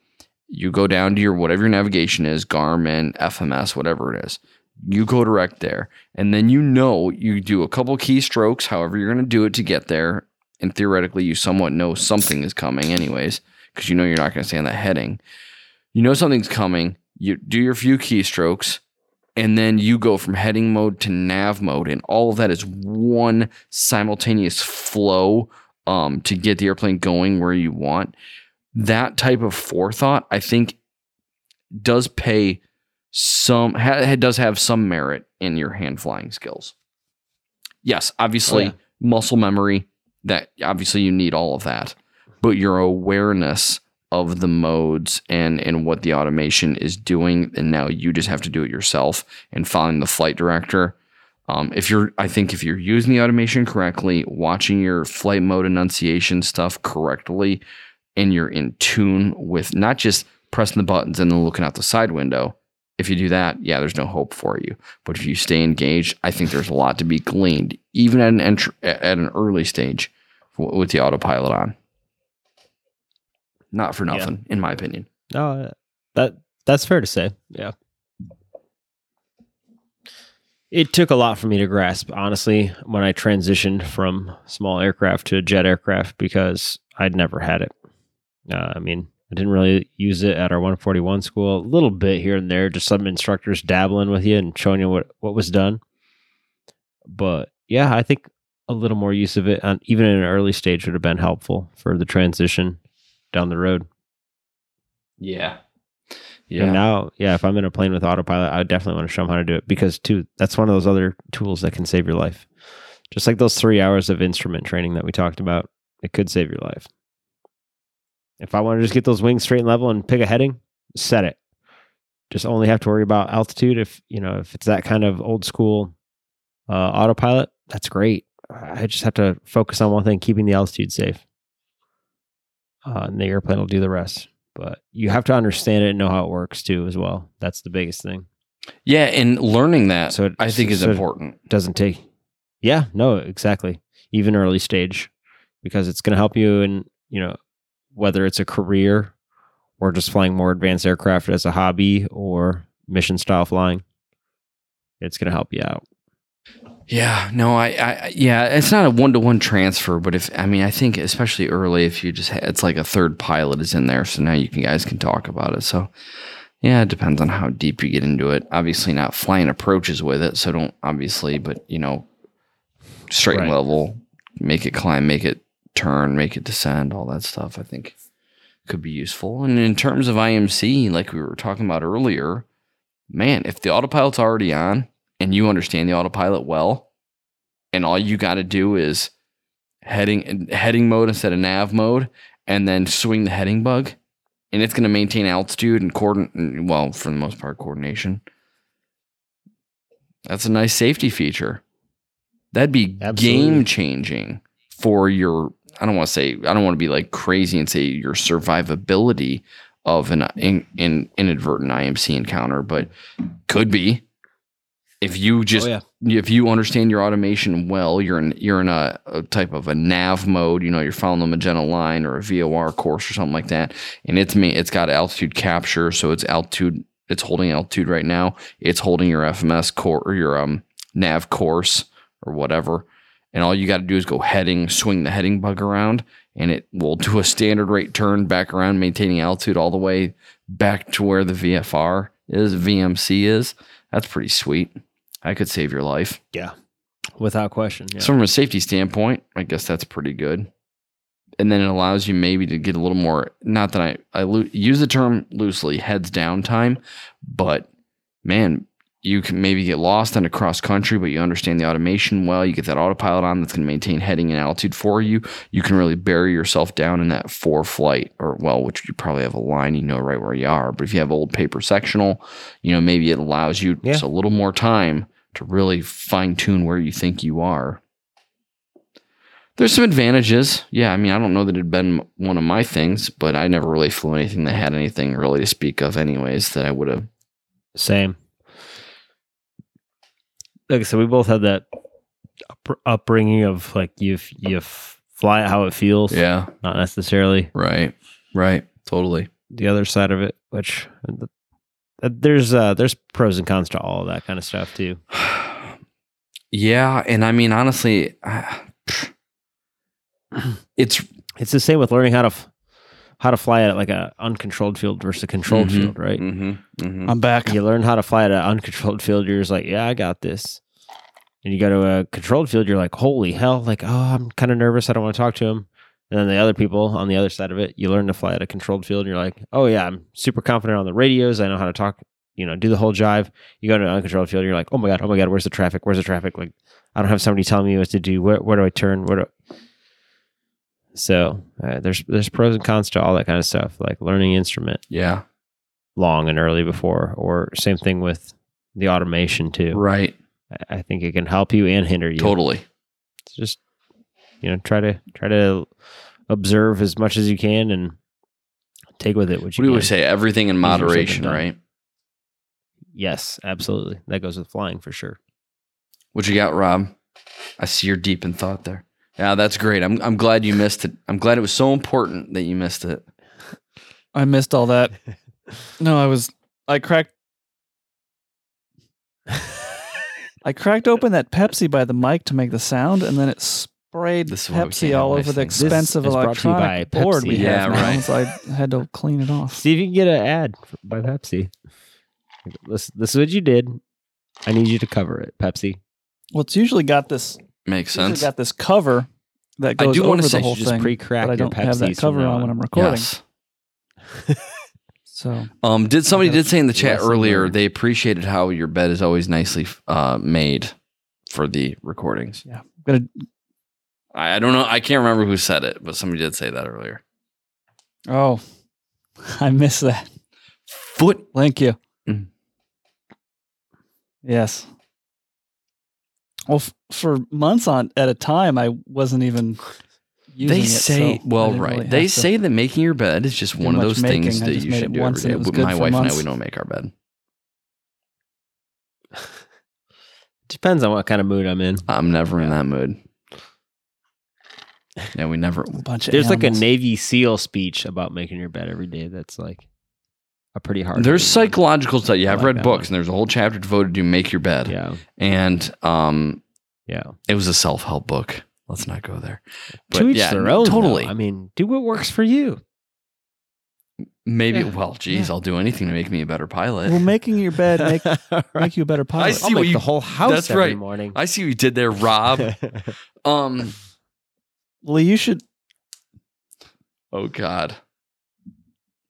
You go down to your whatever your navigation is, Garmin, FMS, whatever it is. You go direct there, and then you know you do a couple keystrokes, however you're going to do it to get there, and theoretically you somewhat know something is coming anyways because you know you're not going to stay on that heading you know something's coming you do your few keystrokes and then you go from heading mode to nav mode and all of that is one simultaneous flow um, to get the airplane going where you want that type of forethought i think does pay some ha, does have some merit in your hand flying skills yes obviously
Oh, yeah.
muscle memory that obviously you need all of that but your awareness of the modes and and what the automation is doing and now you just have to do it yourself and following the flight director um, if you're i think if you're using the automation correctly watching your flight mode enunciation stuff correctly and you're in tune with not just pressing the buttons and then looking out the side window if you do that yeah there's no hope for you but if you stay engaged i think there's a lot to be gleaned even at an entry at an early stage w- with the autopilot on not for
Yeah.
nothing in my opinion
No, Uh, that that's fair to say. Yeah. It took a lot for me to grasp, honestly, when I transitioned from small aircraft to jet aircraft because I'd never had it. Uh, I mean, I didn't really use it at our 141 school. A little bit here and there, just some instructors dabbling with you and showing you what, what was done. But yeah, I think a little more use of it, on, even in an early stage, would have been helpful for the transition down the road.
yeah
And
yeah
now, yeah, if I'm in a plane with autopilot, I would definitely want to show them how to do it because, too, that's one of those other tools that can save your life. Just like those three hours of instrument training that we talked about, it could save your life. If I want to just get those wings straight and level and pick a heading, set it. Just only have to worry about altitude. If you know if it's that kind of old school uh, autopilot, that's great. I just have to focus on one thing, keeping the altitude safe, uh, and the airplane will do the rest but you have to understand it and know how it works too as well that's the biggest thing
yeah and learning that
So it-
i think is
so-
important
doesn't take yeah no exactly even early stage because it's going to help you in you know whether it's a career or just flying more advanced aircraft as a hobby or mission style flying it's going to help you out
Yeah, no, I, I, I- yeah, it's not a one to one transfer, but if I mean, I think especially early, if you just, ha- it's like a third pilot is in there, so now you can guys can talk about it. So, yeah, it depends on how deep you get into it. Obviously, not flying approaches with it, so don't obviously, but you know, straight and
Right.
level, make it climb, make it turn, make it descend, all that stuff. I think could be useful. And in terms of IMC, like we were talking about earlier, man, if the autopilot's already on and you understand the autopilot well, and all you got to do is heading heading mode instead of nav mode, and then swing the heading bug, and it's going to maintain altitude and coordinate. Well, for the most part, coordination. That's a nice safety feature. That'd be
Absolutely.
game changing for your. I don't want to say. I don't want to be like crazy and say your survivability of an in, in, inadvertent IMC encounter, but could be if you just
Oh, yeah
if you understand your automation well, you're in you're in a, a type of a nav mode. You know, you're following the Magenta line or a VOR course or something like that. And it's me. It's got altitude capture, so it's altitude. It's holding altitude right now. It's holding your FMS core or your um nav course or whatever. And all you got to do is go heading, swing the heading bug around, and it will do a standard rate turn back around, maintaining altitude all the way back to where the VFR is, VMC is. That's pretty sweet. I could save your life.
without question yeah.
So from a safety standpoint, I guess that's pretty good. And then it allows you maybe to get a little more. Not that I I lo- use the term loosely, heads down time, but man, you can maybe get lost on a cross country, but you understand the automation well. You get that autopilot on that's going to maintain heading and altitude for you. You can really bury yourself down in that four flight, or well, which you probably have a line you know right where you are. But if you have old paper sectional, you know maybe it allows you
Yeah.
just a little more time to really fine tune where you think you are. There's some advantages. Yeah, I mean, I don't know that it'd been one of my things, but I never really flew anything that had anything really to speak of, anyways, that I would have.
Same. Like I said, we both had that up- upbringing of like you f- you f- fly it how it feels,
Yeah,
not necessarily
right, right, totally.
the other side of it. Which uh, th- uh, there's uh, there's pros and cons to all of that kind of stuff too.
yeah, and I mean, honestly, I- it's
It's the same with learning how to f- how to fly at like a uncontrolled field versus a controlled
Mhm.
field, right?
mhm, mhm.
Uh,
I'm back.
Mm-hmm. You learn how to fly at an uncontrolled field. You're just like, yeah, I got this. And you go to a controlled field, you're like, holy hell! Like, oh, I'm kind of nervous. I don't want to talk to him. And then the other people on the other side of it, you learn to fly at a controlled field. And you're like, oh yeah, I'm super confident on the radios. I know how to talk. You know, do the whole jive. You go to an uncontrolled field. You're like, oh my god, oh my god, where's the traffic? Where's the traffic? Like, I don't have somebody telling me what to do. Where where do I turn? Where do so uh, there's there's pros and cons to all that kind of stuff, like learning instrument
yeah,
long and early before, or same thing with the automation too.
right,
I- I think it can help you and hinder you.
totally.
It's Just you know, try to try to observe as much as you can and take with it what
What
you
do
can.
we say? Everything in
said than
moderation,
done.
right?
Yes, absolutely. That goes with flying for sure.
What you got, Rob? I see you're deep in thought there. Yeah, that's great. I'm I'm glad you missed it. I'm glad it was so important that you missed it.
I missed all that. No, I was I cracked I cracked open that Pepsi by the mic to make the sound and then it sprayed
This is why we
Pepsi
can't have
all
nice
over the
things.
This
expensive
is brought to you
electronic
by
board
Pepsi.
we
Yeah,
have now,
right.
so I had to clean it off.
See if you can get an ad f- by Pepsi. This this is what you did. I need you to cover it, Pepsi.
Well, it's usually got this
Makes
it's usually
sense.
got this cover that
I
goes
do wanna
over the
say you
whole
Just
thing,
pre-crack
but I
your
don't have that
Pepsis
cover
from now
on when
on.
I'm recording.
Yes.
So
Um, did somebody
That's
did say in the chat
lesson
earlier
learned.
they appreciated how your bed is always nicely uh, made for the recordings.
yeah, I'm gonna
I, I don't know. I can't remember who said it, but somebody did say that earlier.
oh, I missed that.
Foot.
Thank you.
Mm.
Yes. Well, f- for months on at a time, I wasn't even. Using
They
it,
say,
so I
well,
didn't
right.
really
they
have to-
say that making your bed is just
do
one of
much
those
making.
things
I
that
just
you
made
should
it
do
once and
every day.
it was
But
good
My
for
wife and I,
months.
we don't make our bed.
Depends on what kind of mood I'm in.
I'm never in
Yeah.
that mood. Yeah, we never.
a bunch of
There's like a
animals.
Navy SEAL speech about making your bed every day. That's like a pretty hard.
There's
thing.
psychological stuff. Yeah,
I
I've
like
read
that
books,
one.
and there's a whole chapter devoted to make your bed.
Yeah,
And um,
yeah.
it was a self help book. Let's not go there.
to each
yeah,
their own. though.
Totally.
I mean, do what works for you.
Maybe.
Yeah.
Well, geez, I'll do anything to make me a better pilot.
Well, making your bed make make you a better pilot.
see
I'll
what
make
you-
the whole house
that's
every
right.
morning.
I see what you did there, Rob. um.
Well, you should.
Oh God.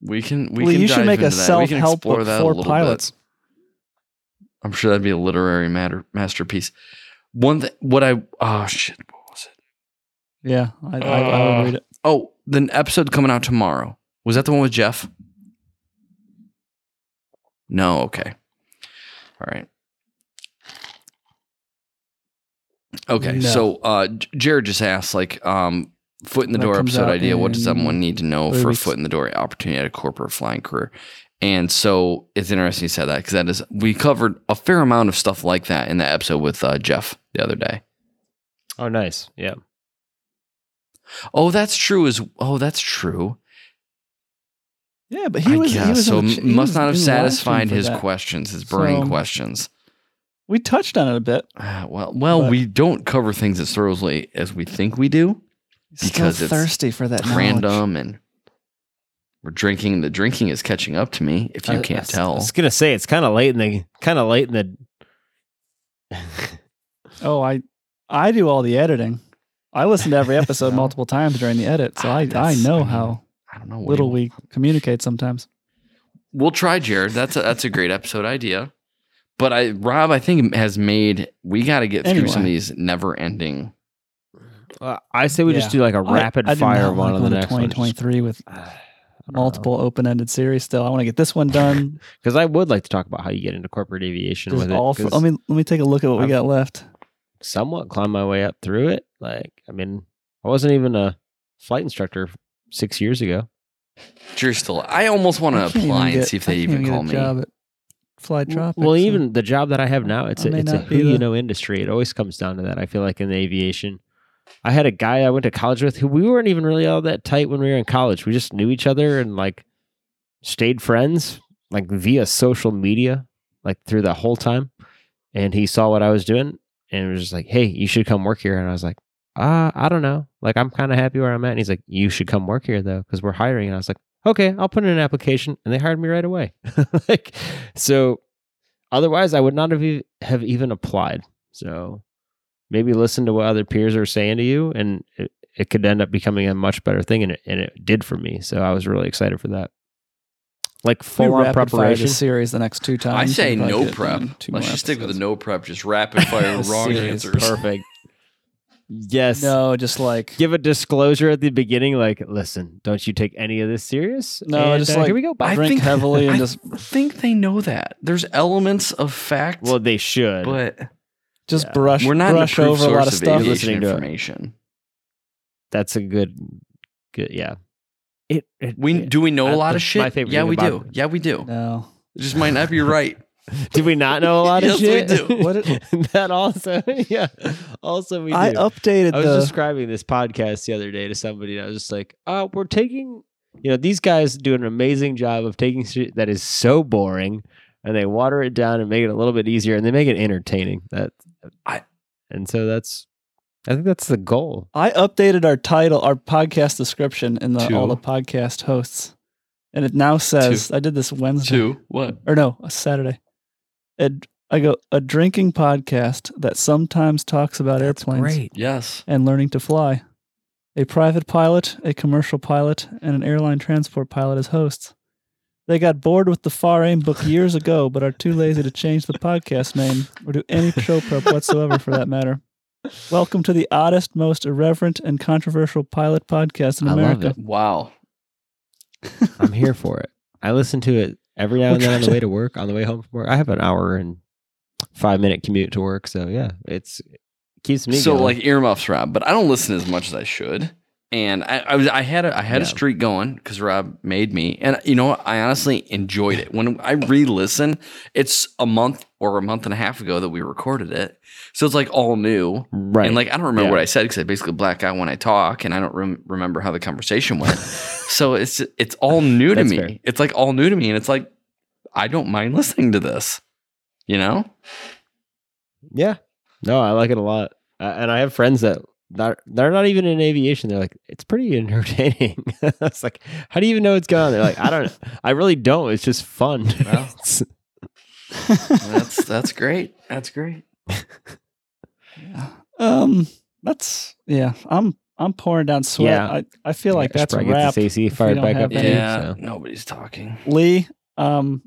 We can. We
well,
can
you
dive
should make
into
a
that. We
self
can
help
explore
book
that a
for
little bit.
pilots.
I'm sure that'd be a literary matter masterpiece. One. Th- what I. Oh shit. What was it?
Yeah, I, I, I
Uh,
would read it.
Oh, the episode coming out tomorrow. Was that the one with Jeff? No. Okay. All right. Okay.
No.
So uh, J- Jared just asked, like, um, foot in the
That
door
comes
episode
out
idea. What
in
does someone need to know
three
for a
weeks.
foot in the door opportunity at a corporate flying career? And so it's interesting you said that because that is we covered a fair amount of stuff like that in the episode with uh, Jeff the other day.
oh, nice. Yeah.
Oh, that's true. Is oh, that's true.
Yeah, but he
I
was. he
guess.
was
so
in the ch-
m-
he
must
was
not have
in the live stream
satisfied
for
his
that.
questions, his burning
So-
questions.
We touched on it a bit
Ah, well, well,
But-
we don't cover things as thoroughly as we think we do. Because
Still
it's
thirsty for that knowledge.
Random and we're drinking. The drinking is catching up to me. If you
Uh,
I-
can't
I,
tell,
I was gonna say it's kind of late in the kind of late in the.
Oh, I I do all the editing. I listen to every episode
No.
multiple times during the edit, so
Ah,
I, I
that's- I
know
mean,
how
I don't know. what do
little
you-
we communicate sometimes.
We'll try, Jared. That's a, that's a great episode idea. But I, Rob, I think has made. We got to get through some of
Anyway.
these never-ending.
Uh, I say we just
Yeah.
do like a
I-
rapid
I do not
fire
like
one on the
going to
next one.
2023 with multiple open-ended series. Still, I want to get this one done.
because I would like to talk about how you get into corporate aviation
Just
with
all
it.
for,
'cause-
let me let me take a look at what we
I've-
got left.
somewhat climb my way up through it. Like, I mean, I wasn't even a flight instructor six years ago.
You're still. I almost want to
I can't even
apply and
get-
see if they
I can't
even
get
call
a
me.
job at Fly Tropics.
well,
so-
even the job that I have now, it's
I
a,
may
it's a
not
who
be
you
the-
know industry. It always comes down to that. I feel like in aviation, I had a guy I went to college with who we weren't even really all that tight when we were in college. We just knew each other and like stayed friends like via social media, like through the whole time. And he saw what I was doing and was just like, "Hey, you should come work here." And I was like, "Uh, I don't know. Like, I'm kind of happy where I'm at." And he's like, "You should come work here though, because we're hiring." And I was like, "Okay, I'll put in an application," and they hired me right away. like, so otherwise, I would not have e- have even applied. So maybe listen to what other peers are saying to you, and it, it could end up becoming a much better thing. And it, and it did for me. So I was really excited for that. Like
we
full
rapid
on
fire
preparation.
this series the next two
I
times.
say
and probably
no
get,
prep.
you know, two
Let's
more
just stick with the
episodes.
no prep. Just rapid fire wrong
Serious.
answers.
Perfect. Yes.
No, just like
give a disclosure at the beginning, like, listen, don't you take any of this serious?
No,
And,
just
uh,
like-
here we go. Bye.
I
drink
think-
heavily and
I
just
think they know that. There's elements of fact,
well, they should.
but
just
yeah.
brush
we're not in
brush
a proof
over a lot of
source
stuff.
of
Listening
aviation
to it.
information.
That's a good, good. Yeah. It. it
We
it-
do we know
Uh,
a lot of
that's my
shit?
favorite
Yeah,
thing
we
about
do.
it.
Yeah, we do.
No,
It just might not be right.
do we not know a lot of
Yes, we
shit?
do.
What
that also, yeah. Also, we. Do.
I updated
I was
the.
describing this podcast the other day to somebody, and I was just like, "Oh, we're taking, you know, these guys do an amazing job of taking shit that is so boring, and they water it down and make it a little bit easier, and they make it entertaining." That,
I-
and so that's, I think that's the goal.
I updated our title, our podcast description in the
To-
all the podcast hosts, and it now says I did this Wednesday
Two. What?
or no a Saturday. And I go a drinking podcast that sometimes talks about airplanes
Yes.
and learning to fly. A private pilot, a commercial pilot, and an airline transport pilot as hosts. They got bored with the Far Aim book years ago, but are too lazy to change the podcast name or do any show prep whatsoever for that matter. Welcome to the oddest, most irreverent, and controversial pilot podcast in
I love
America.
it.
Wow.
I'm here for it. I listen to it every now
We're
and then on
trying
the
to-
way to work, on the way home from work. I have an hour and five minute commute to work, so yeah, it's it keeps me
so
going.
like earmuffs, Rob, but I don't listen as much as I should. And I, I was I had a I had a
Yeah.
streak going because Rob made me, and you know what? I honestly enjoyed it. When I re-listen, it's a month or a month and a half ago that we recorded it, so it's like all new.
right.
And like I don't remember
Yeah.
what I said because I basically black out when I talk, and I don't rem- remember how the conversation went. so it's it's all new to
That's
me.
fair.
It's like all new to me, and it's like I don't mind listening to this. You know,
Yeah. No, I like it a lot. Uh, and I have friends that that- they're not even in aviation. They're like, it's pretty entertaining. it's like, how do you even know what's going on? They're like, I don't, I really don't. It's just fun.
Well.
It's-
that's that's great. That's great.
Yeah. Um, that's yeah. I'm I'm pouring down sweat.
Yeah.
I, I feel like
I should
that's a
probably get
wrap.
This AC
we
fired
don't
back
have
up.
any.
too,
Yeah,
so.
uh, nobody's talking.
Lee, um,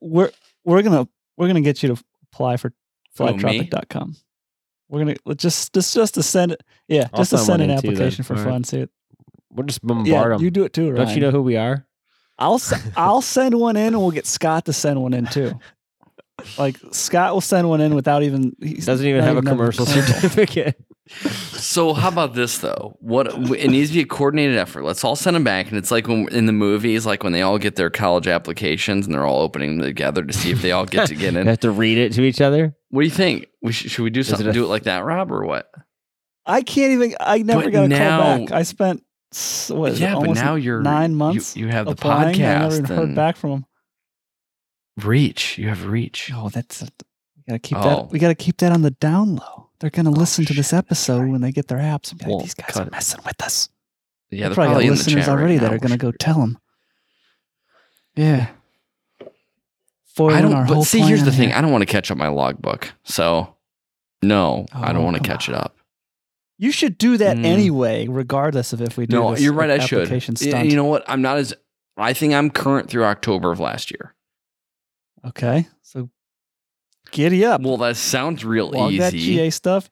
we're we're gonna we're gonna get you to apply for
Oh,
Who, me?
flytropic.com. We're gonna let's just just just to send it. Yeah,
I'll
just to
send
send an
one in too, then.
application for
All right.
fun. See it.
We'll just bombard
Yeah,
them.
you do it too, Ryan.
don't you know who we are?
I'll s- I'll send one in, and we'll get Scott to send one in too. Like Scott will send one in without even he
Doesn't even
not
have
even
a
on the
commercial
commercial.
certificate.
So how about this though? What it needs to be a coordinated effort. Let's all send them back, and it's like when in the movies, like when they all get their college applications and they're all opening them together to see if they all get to get
You
in.
have to read it to each other.
What do you think? We should, should we do
it
something?
a-
do it like that, Rob, or what?
I can't even. I never
But
got a
now-
call back. I spent s- what is it,
yeah, but
almost
now you're
nine
you-
months
You, have the
applying. I never even
podcast
heard
and
back from him.
reach. You have reach.
Oh, that's a, we gotta keep
Oh.
that. We gotta keep that on the down low. They're gonna listen to
shit,
this
that's
episode
right.
when they get their apps and be
Well,
like, "These guys
cut
are
it.
messing with us." They
Yeah, they're
probably,
probably
got
in the
listeners
chat right
already that
now.
are gonna go tell them. Yeah. Foiling
I
our
don't. But
whole
see, here's
plan
the thing.
here.
I don't want to catch up my logbook. So no, I don't
Oh,
want to
come
catch it up.
you should do that
Mm.
anyway, regardless of if we do.
No,
this
you're right. I should.
application
Y-
Stunt.
You know what? I'm not as. I think I'm current through October of last year.
okay, so giddy up.
Well, that sounds real
log that
easy.
GA stuff.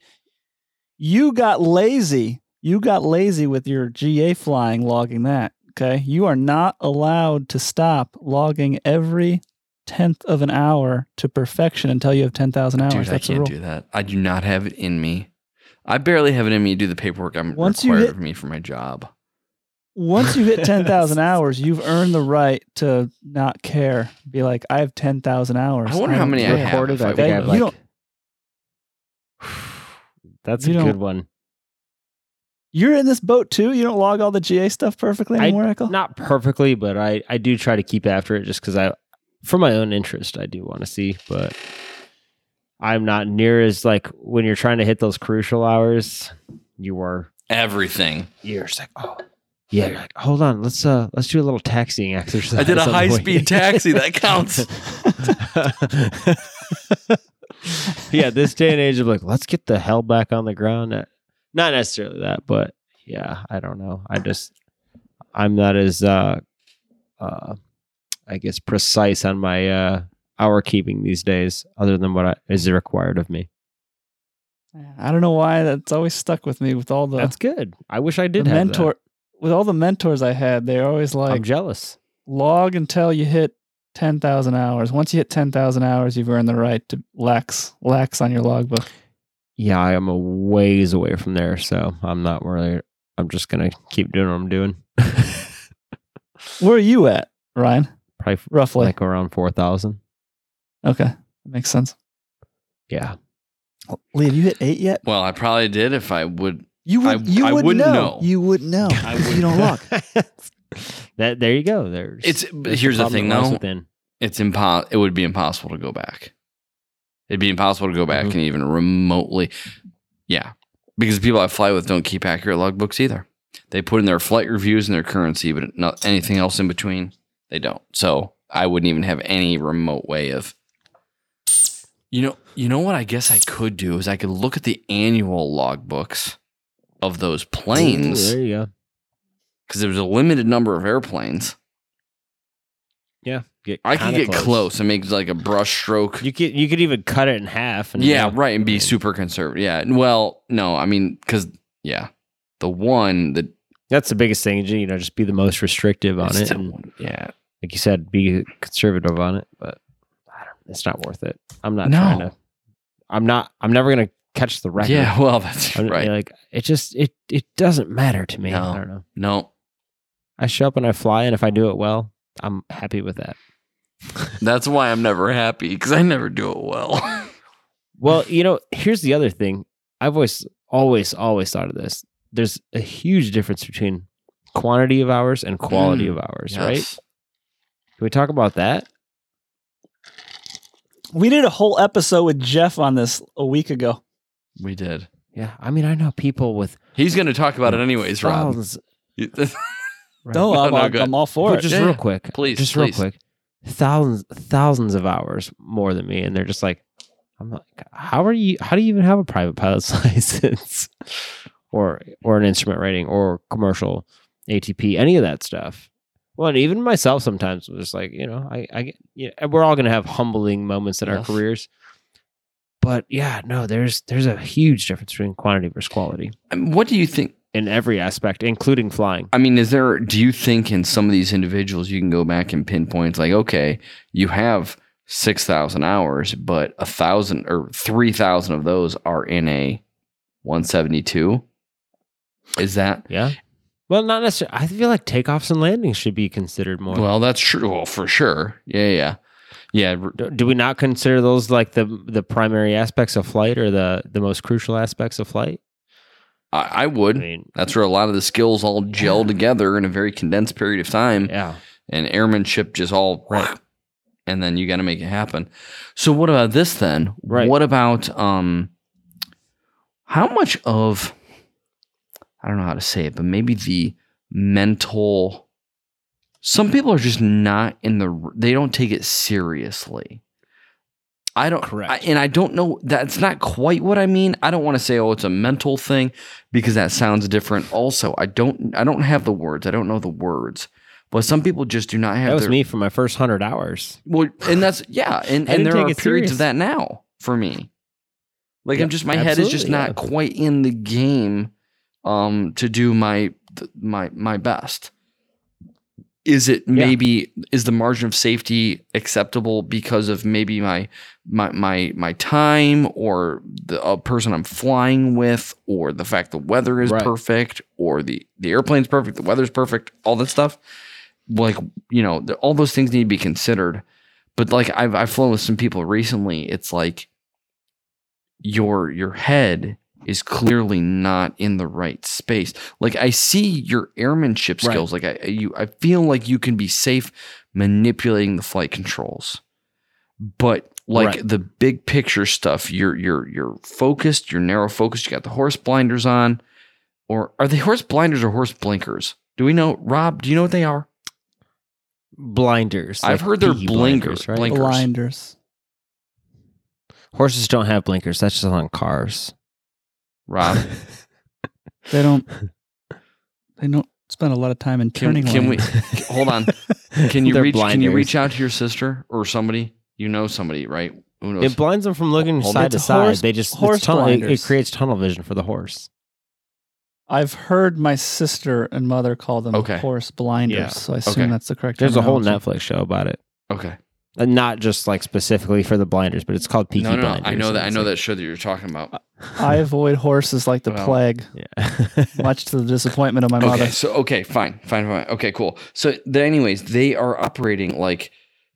You got lazy. You got lazy with your GA flying logging that. Okay. You are not allowed to stop logging every tenth of an hour to perfection until you have 10,000 hours.
Dude, I
That's the
can't
rule.
do that. I do not have it in me. I barely have it in me to do the paperwork I'm
Once you
required
hit-
of me for my job.
Once you hit 10,000 hours, you've earned the right to not care. Be like, I have 10,000 hours.
I wonder how
don't
many I
care.
have.
Recorded,
if I
I think
would.
I have
You
like.
don't-
That's a
You don't-
good one.
You're in this boat too. You don't log all the GA stuff perfectly
I-
anymore, Echo?
Not perfectly, but I I do try to keep after it just because I, for my own interest, I do want to see. But I'm not near as like when you're trying to hit those crucial hours. You are
Everything.
you're just like oh yeah. You're like hold on, let's uh let's do a little taxiing exercise.
I did a
on the
high
way."
speed taxi. That counts.
yeah, this day and age of like, let's get the hell back on the ground. Uh, Not necessarily that, but yeah, I don't know. I just, I'm not as, uh, uh, I guess, precise on my uh, hour keeping these days, other than what I, is required of me.
I don't know why that's always stuck with me with all the,
That's good. I wish I
the
did have
mentor with all the mentors I had. They're always
That.
like
I'm jealous.
log until you hit 10,000 hours. Once you hit 10,000 hours, you've earned the right to lax lax on your logbook.
Yeah, I am a ways away from there, so I'm not really. I'm just gonna keep doing what I'm doing.
Where are you at, Ryan?
Probably
Roughly.
like around four thousand.
okay. That makes sense.
Yeah.
Lee, have you hit 8 yet?
Well, I probably did if I would.
You
I-
would you
I
would
wouldn't
know.
know.
You would know.
I
if
would-
Oh, you don't log.
that there you go. There's
It's but
there's
here's the
problem
thing
that lies
though.
within.
It's impo- It would be impossible to go back. It'd be impossible to go back
Mhm.
and even remotely. Yeah, because people I fly with don't keep accurate logbooks either. They put in their flight reviews and their currency, but not anything else in between. They don't. So I wouldn't even have any remote way of. You know, you know what? I guess I could do is I could look at the annual logbooks of those planes.
Ooh, there you go.
because there was a limited number of airplanes.
Yeah, get
I could
kinda
get close. and make like a brush stroke.
You could you could even cut it in half. And
yeah, right, and be
Right.
super conservative. Yeah, and well, no, I mean, because yeah, the one that
That's the biggest thing. You know, just be the most restrictive on
it's
it.
the
and
one- yeah,
like you said, be conservative on it. But I don't, it's not worth it. I'm not
No.
trying to. I'm not. I'm never gonna catch the record.
yeah. Well, that's
I'm,
right.
Like it just it it doesn't matter to me.
No.
I don't know.
No,
I show up and I fly, and if I do it well, I'm happy with that.
that's why I'm never happy because I never do it well.
Well, you know, here's the other thing. I've always, always, always thought of this. There's a huge difference between quantity of hours and quality
Mm,
of hours,
Yes.
right? Can we talk about that?
We did a whole episode with Jeff on this a week ago.
We did.
Yeah. I mean, I know people with
He's going to talk about it anyways, Rob.
thousands. Right.
No,
No,
I'm,
no,
I'm,
good.
I'm all for
But
it.
just
Yeah,
real quick,
please,
just
please.
real quick, thousands, thousands of hours more than me, and they're just like, I'm like, how are you? How do you even have a private pilot's license, or or an instrument rating, or commercial, ATP, any of that stuff? Well, and even myself sometimes was just like, you know, I, I get, yeah, and we're all gonna have humbling moments in our
Yes.
careers, but yeah, no, there's there's a huge difference between quantity versus quality
I mean, What do you think?
in every aspect, including flying.
I mean, is there, do you think in some of these individuals you can go back and pinpoint, like, okay, you have 6,000 hours, but a thousand or 3,000 of those are in a 172? Is that,
Yeah. Well, not necessarily. I feel like takeoffs and landings should be considered more.
well, that's true. Well, for sure. Yeah, yeah. Yeah. r-
do, do we not consider those like the the primary aspects of flight or the the most crucial aspects of flight?
I, I
I
would.
mean,
That's where a lot of the skills all gel together in a very condensed period of time.
yeah.
and airmanship just all
Right.
and then you got to make it happen so what about this then
Right.
what about um how much of i don't know how to say it but maybe the mental some people are just not in the they don't take it seriously i don't
Correct.
I, and i don't know that's not quite what i mean i don't want to say oh it's a mental thing because that sounds different also i don't i don't have the words i don't know the words but some people just do not have
That was
their,
me for my first hundred hours.
well, and that's yeah, and,
I
and
didn't
there
take
are
it
periods
serious.
of that now for me. Like
Yeah,
I'm just my head is just
absolutely,
not
yeah.
quite in the game um to do my th- my my best. is it
Yeah.
maybe is the margin of safety acceptable because of maybe my my my my time or the uh, person I'm flying with or the fact the weather is
Right.
perfect or the the airplane's perfect, the weather's perfect, all that stuff. Like you know, th- all those things need to be considered. But like I've I've flown with some people recently, it's like your your head is clearly not in the right space. Like I see your airmanship
Right.
skills. Like I you I feel like you can be safe manipulating the flight controls. But like
Right.
the big picture stuff, you're you're you're focused, you're narrow focused, you got the horse blinders on. Or are they horse blinders or horse blinkers? Do we know Rob, do you know what they are?
Blinders.
I've heard they're
PE
blinkers,
right?
blink- Blinkers.
Blinders.
Horses don't have blinkers. That's just on cars.
Rob.
They don't. They don't spend a lot of time in
Can,
turning.
can we
lanes.
hold on. Can you
They're
reach can you
blinders.
reach out to your sister or somebody? You know somebody, right? Who knows?
It blinds them from looking
Hold
side
on.
to
It's
side.
horse-
they just it's
horse
tunnel- it, it
blinders.
creates tunnel vision for the horse.
I've heard my sister and mother call them
Okay.
horse blinders,
Yeah.
so I assume
Okay.
that's the correct.
There's a whole
terminology.
Netflix show about it,
okay.
and Uh, not just like specifically for the blinders, but it's called Peaky
no, no, no.
Blinders.
I know that.
and
I
it's
know
like-
that show that you're talking about.
I avoid horses like the
Well.
plague,
Yeah.
much to the disappointment of my
Okay.
mother.
So okay, fine, fine, fine. Okay, cool. So th- anyways, they are operating like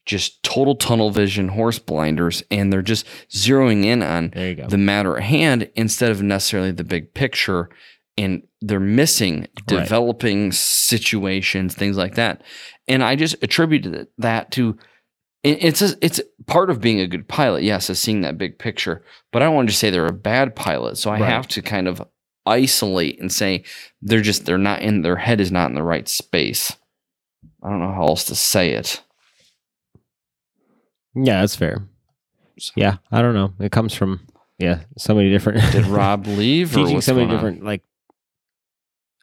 just total tunnel vision, horse blinders, and they're just zeroing in on
there you go.
the matter at hand instead of necessarily the big picture. And they're missing developing situations, things like that. And I just attributed that to it- it's a, it's part of being a good pilot, yes, is seeing that big picture. But I don't want to say they're a bad pilot, so I
Right.
have to kind of isolate and say they're just they're not in their head is not in the right space. I don't know how else to say it.
yeah, that's fair. Yeah, I don't know. It comes from yeah, so many different.
Did Rob leave or
teaching
what's
so many
going on?
different like?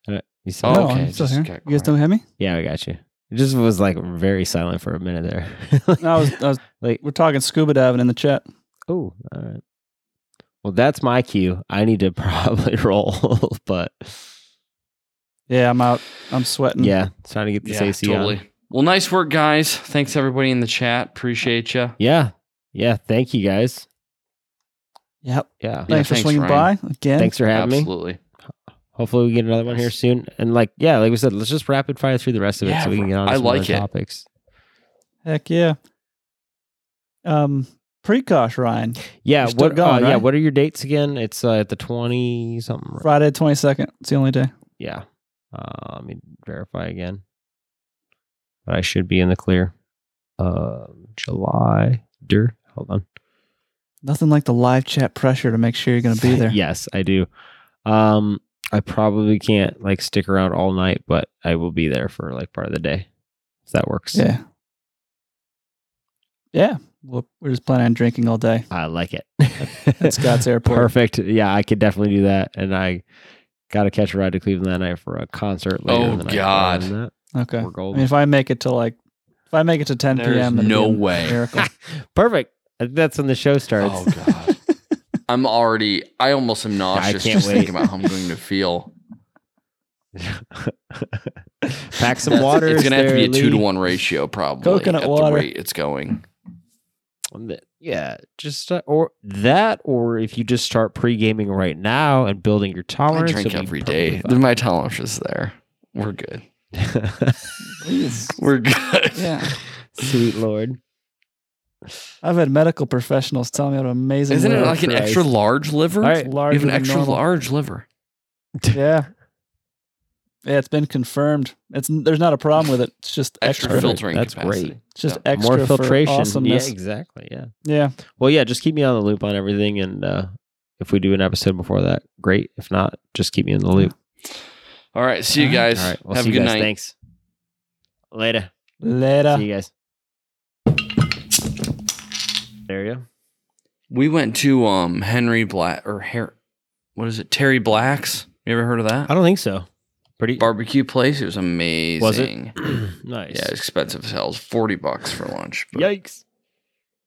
Uh, you still
Oh,
No,
okay,
I'm still
just
here.
got
You guys don't have me?
Yeah, I got you. It just was like very silent for a minute there.
I was, I was
Like-
we're talking scuba diving in the chat.
Oh, all right. Well, that's my cue. I need to probably roll, but
Yeah, I'm out. I'm sweating.
yeah, it's time to get this
Yeah,
AC on.
Well, nice work, guys. Thanks everybody in the chat. Appreciate you.
Yeah, yeah. Thank you guys.
Yep.
Yeah.
Yeah,
Thanks for
thanks,
swinging
Ryan.
by again.
Thanks for having me.
Absolutely.
Hopefully, we get another one here soon. And like, yeah, like we said, let's just rapid fire through the rest of it
Yeah,
so we can get on. To
I
some other
like it.
Topics.
Heck yeah. Um, precosh Ryan,
Yeah.
You're still
What? uh,
going,
Yeah.
right?
What are your dates again? It's uh, at the twenty something. right?
Friday twenty second. It's the only day.
Yeah. Uh, let me verify again. But I should be in the clear. Um, July. Der. Hold on.
Nothing like the live chat pressure to make sure you're going to be there.
yes, I do. Um, I probably can't like stick around all night, but I will be there for like part of the day. If that works.
Yeah. Yeah. We're, we're just planning on drinking all day.
I like it.
At Scott's Airport.
Perfect. Yeah, I could definitely do that. And I gotta catch a ride to Cleveland that night for a concert later.
Oh,
in the night.
God.
Other than that,
Okay.
We're
I
golden.
mean, if I make it to like, if I make it to 10
There's
p.m., it'll
no
be a
way.
Miracle.
Perfect. I think That's when the show starts.
Oh god. I'm already I almost am nauseous
can't
just thinking
wait.
about how I'm going to feel.
Pack some
That's-
water.
It's gonna have to be a
Sterling.
two to one ratio probably
Coconut
at
water.
the rate it's going.
Um, th- Yeah, just uh, or that, or if you just start pre gaming right now and building your
I
tolerance.
drink
it'll be
every day.
perfectly
My tolerance is there. We're good.
fine.
Please.
We're good.
Yeah.
Sweet lord,
I've had medical professionals tell me what an amazing.
Isn't it
liver
like an
is.
extra large liver?
All right.
It's
You
larger
have an
than
extra
normal.
large liver.
Yeah. Yeah, it's been confirmed. It's there's not a problem with it. It's just
Extra
extra.
Perfect.
filtering
That's
capacity.
great.
It's just
Yeah.
extra
more
for
filtration.
awesomeness.
Yeah, exactly. Yeah.
Yeah.
Well, yeah. Just keep me on the loop on everything, and uh, if we do an episode before that, great. If not, just keep me in the loop.
All right. See you
All right.
guys.
All right. We'll
have
see
a good
you guys.
night.
Thanks. Later.
Later.
See you guys. There you. go.
We went to um Henry Black or Her- what is it? Terry Black's. You ever heard of that?
I don't think so. Pretty
Barbecue place. It was amazing.
nice.
Yeah, expensive as hell. It was Forty bucks for lunch. But
Yikes.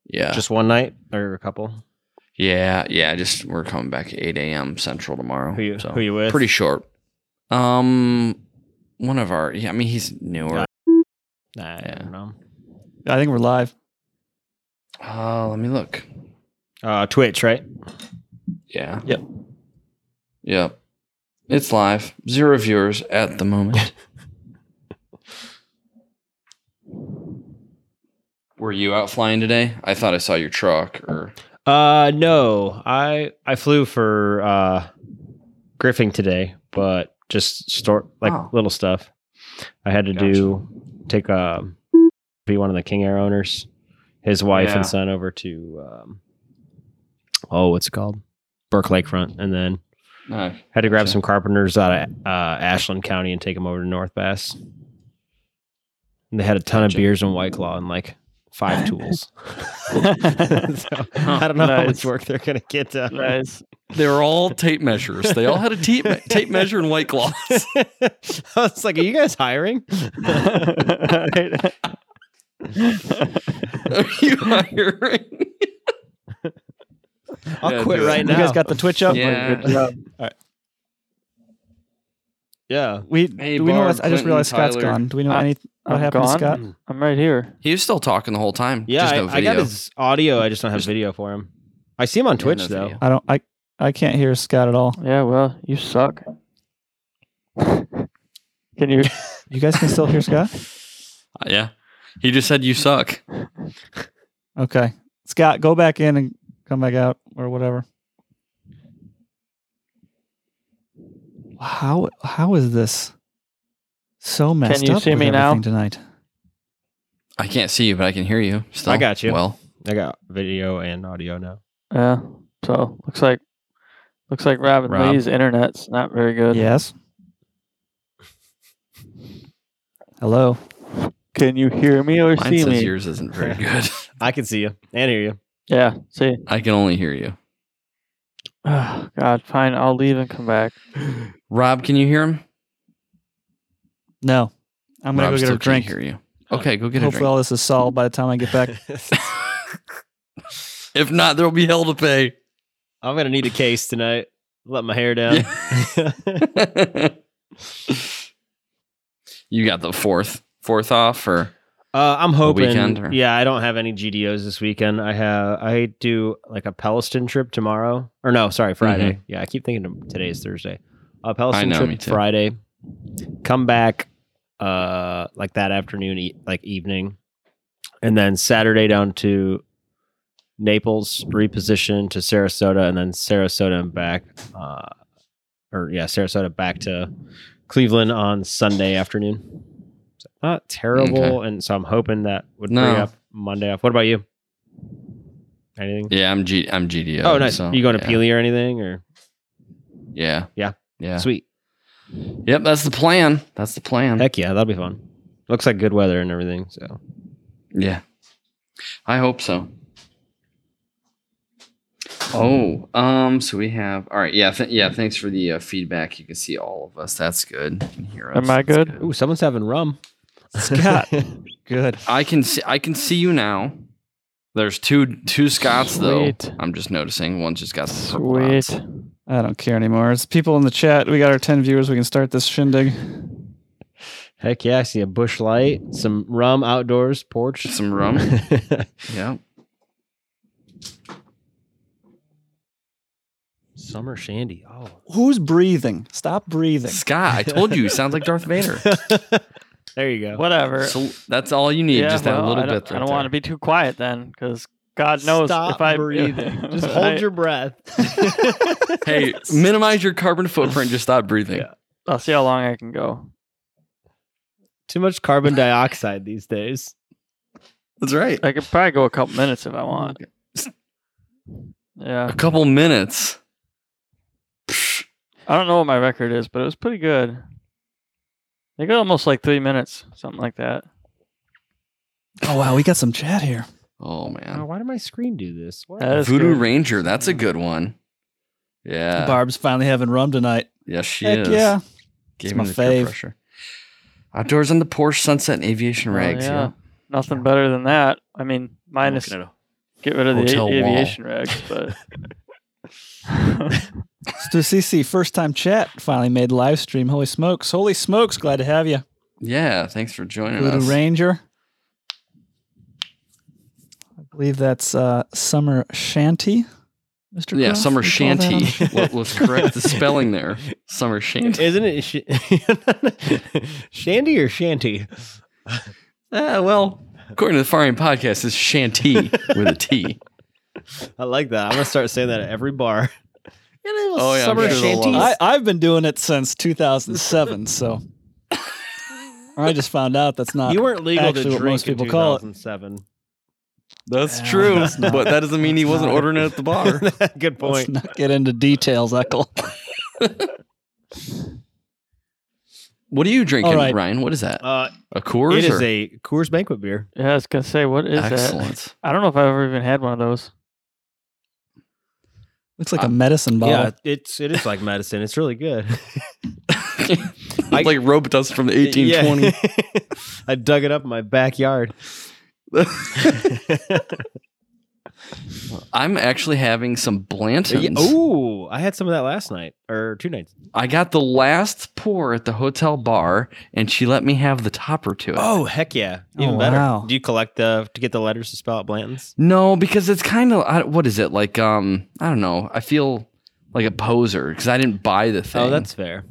yeah,
Just one night or a couple.
yeah, yeah. Just we're coming back at eight a.m. Central tomorrow.
Who you
Oh, so
who you with?
pretty short. Um, one of our. Yeah, I mean he's newer.
Nah, I don't know.
I think we're live.
Uh, let me look.
Uh, Twitch, right?
Yeah.
Yep.
Yep. It's live. Zero viewers at the moment. Were you out flying today? I thought I saw your truck or
Uh, no, I I flew for uh, Griffin today, but just store like
Oh.
little stuff. I had to do take um be one of the King Air owners, his wife
Yeah.
and son over to um, oh, what's it called Burke Lakefront, and then
no.
had to grab
Gotcha.
some carpenters out of uh, Ashland County and take them over to North Bass. And they had a ton
Gotcha.
of beers and White Claw and like five tools. so, I don't know how much
Nice.
work they're gonna get done.
Nice.
They were all tape measures. They all had a tape me- tape measure and white claws.
I was like, "Are you guys hiring?"
Are you hiring?
I'll
Yeah,
quit
do it.
right
You
now.
guys got the Twitch up?
Yeah.
Good job.
yeah.
We,
Hey,
do we know
Barb,
what's, I just
Clinton,
realized Scott's
Tyler.
gone. Do we know
Uh,
any what
I'm
happened to Scott?
gone? I'm right here.
He was still talking the whole time.
Yeah,
Just
I,
no
I
video.
got his audio. I just don't have video for him. I see him on
Yeah,
Twitch
no
though.
video.
I don't I I can't hear Scott at all.
Yeah, well, you suck. Can you?
You guys can still hear Scott?
Uh, yeah. He just said you suck.
Okay. Scott, go back in and come back out or whatever. How how is this so messed
you
up
see
with
me now?
everything tonight?
I can't see you, but I can hear you. Still.
I got you.
Well,
I got video and audio now.
Yeah. So looks like looks like Rob and
Rob.
Lee's internet's not very good.
Yes. Hello.
Can you hear me or
mine
see
says
me?
yours isn't very good.
I can see you and hear you.
Yeah. See.
I can only hear you.
Oh, God. Fine. I'll leave and come back.
Rob, can you hear him?
No. I'm gonna
Rob
go get
still
a drink.
Can't hear you. Okay, go get a
Hopefully
drink.
all this is solved by the time I get back.
if not, there'll be hell to pay.
I'm gonna need a case tonight. Let my hair down.
you got the fourth, fourth off, or
Uh, I'm hoping.
weekend, or-
Yeah, I don't have any GDOs this weekend. I have. I do like a Palestine trip tomorrow, or no, sorry, Friday. Yeah, I keep thinking of- today is Thursday. A Palestine
Mm-hmm. know, me
trip
too.
Friday. Come back, uh, like that afternoon, e- like evening, and then Saturday down to Naples, reposition to Sarasota, and then Sarasota and back, uh, or yeah, Sarasota back to Cleveland on Sunday afternoon. So not terrible, and so I'm hoping that would bring
No.
up Monday off. What about you? Anything?
yeah, I'm G, I'm GDO.
oh, nice.
so,
you going to
yeah.
Peely or anything? Or
Yeah,
Yeah.
yeah.
sweet.
Yep, that's the plan. That's the plan.
Heck yeah, that'll be fun. Looks like good weather and everything. So
Yeah, I hope so. Oh, um, so we have all right. Yeah, th- yeah. Thanks for the uh, feedback. You can see all of us. That's good. You can hear us.
Am I
That's
good?
ooh, someone's having rum.
Scott. Good.
I can see I can see you now. There's two two Scots
Sweet.
though. I'm just noticing one's just got some purple dots.
Sweet.
I don't care anymore. It's people in the chat. We got our 10 viewers. We can start this shindig.
Heck yeah, I see a bush light, some rum outdoors porch.
Some rum. yeah.
Summer shandy. Oh.
Who's breathing? Stop breathing.
Scott, I told you, he sounds like Darth Vader.
there you go.
Whatever.
So that's all you need,
yeah,
just that
well,
little
I don't,
bit.
I don't want to be too quiet then, because God knows
Stop
if I
breathing. Just hold
I-
your breath.
Hey, minimize your carbon footprint. Just stop breathing.
Yeah.
I'll see how long I can go.
Too much carbon dioxide these days.
That's right.
I could probably go a couple minutes if I want.
A
Yeah,
couple minutes. Psh,
I don't know what my record is, but it was pretty good. They got almost like three minutes, something like that.
Oh, wow. We got some chat here.
Oh
Oh,
man,
why did my screen do this? What?
That is
Voodoo
good.
Ranger. That's a good one. Yeah.
Barb's finally having rum tonight.
Yes, Uh, she
Heck
is.
yeah. It's
Gave him
my
the peer
fave.
pressure. Outdoors on the Porsche Sunset and Aviation
Oh,
Rags.
yeah.
yeah.
Nothing better than that. I mean,
I'm
minus
looking at a-
get rid of the
hotel
a-
wall.
aviation regs, but
Stussisi, first time chat, finally made live stream. Holy smokes. Holy smokes. Glad to have you.
Yeah, thanks for joining
Voodoo
us.
Ranger. believe that's uh, Summer Shanty, Mr.
Yeah,
Gruff,
summer
we call that on-
shanty. What was correct the spelling there? Summer shanty.
Isn't it sh- Shandy or Shanty?
Ah, well, according to the Farian podcast, it's shanty with a T.
I like that. I'm gonna start saying that at every bar.
Oh, yeah, I'm
summer
sure they'll love
shanties.
it.
I, I've been doing it since 2007, so or I just found out that's not.
you weren't legal
actually
to
what
drink
most people
in
call it.
2007.
That's
Yeah,
true,
that's not-
but that doesn't mean he
that's
wasn't
not-
ordering it at the bar.
Let's
Good point.
not get into details, Eckel.
What are you drinking,
right.
Ryan? What is that?
Uh,
A Coors?
it is
or?
a Coors Banquet beer.
Yeah, I was gonna say, what is that?
Excellent.
I don't know if I've ever even had one of those.
Looks like a medicine bottle.
Yeah, it's it is like medicine. It's really good. I-
like rope dust from the 1820.
Yeah. I dug it up in my backyard.
I'm actually having some Blantons.
Yeah, Ooh, I had some of that last night or two nights.
I got the last pour at the hotel bar, and she let me have the topper to it.
Oh heck yeah!
Oh,
Even better.
wow.
Do you collect the to get the letters to spell out Blanton's?
No, because it's kind of what is it like? Um, I don't know. I feel like a poser because I didn't buy the thing.
Oh, that's fair.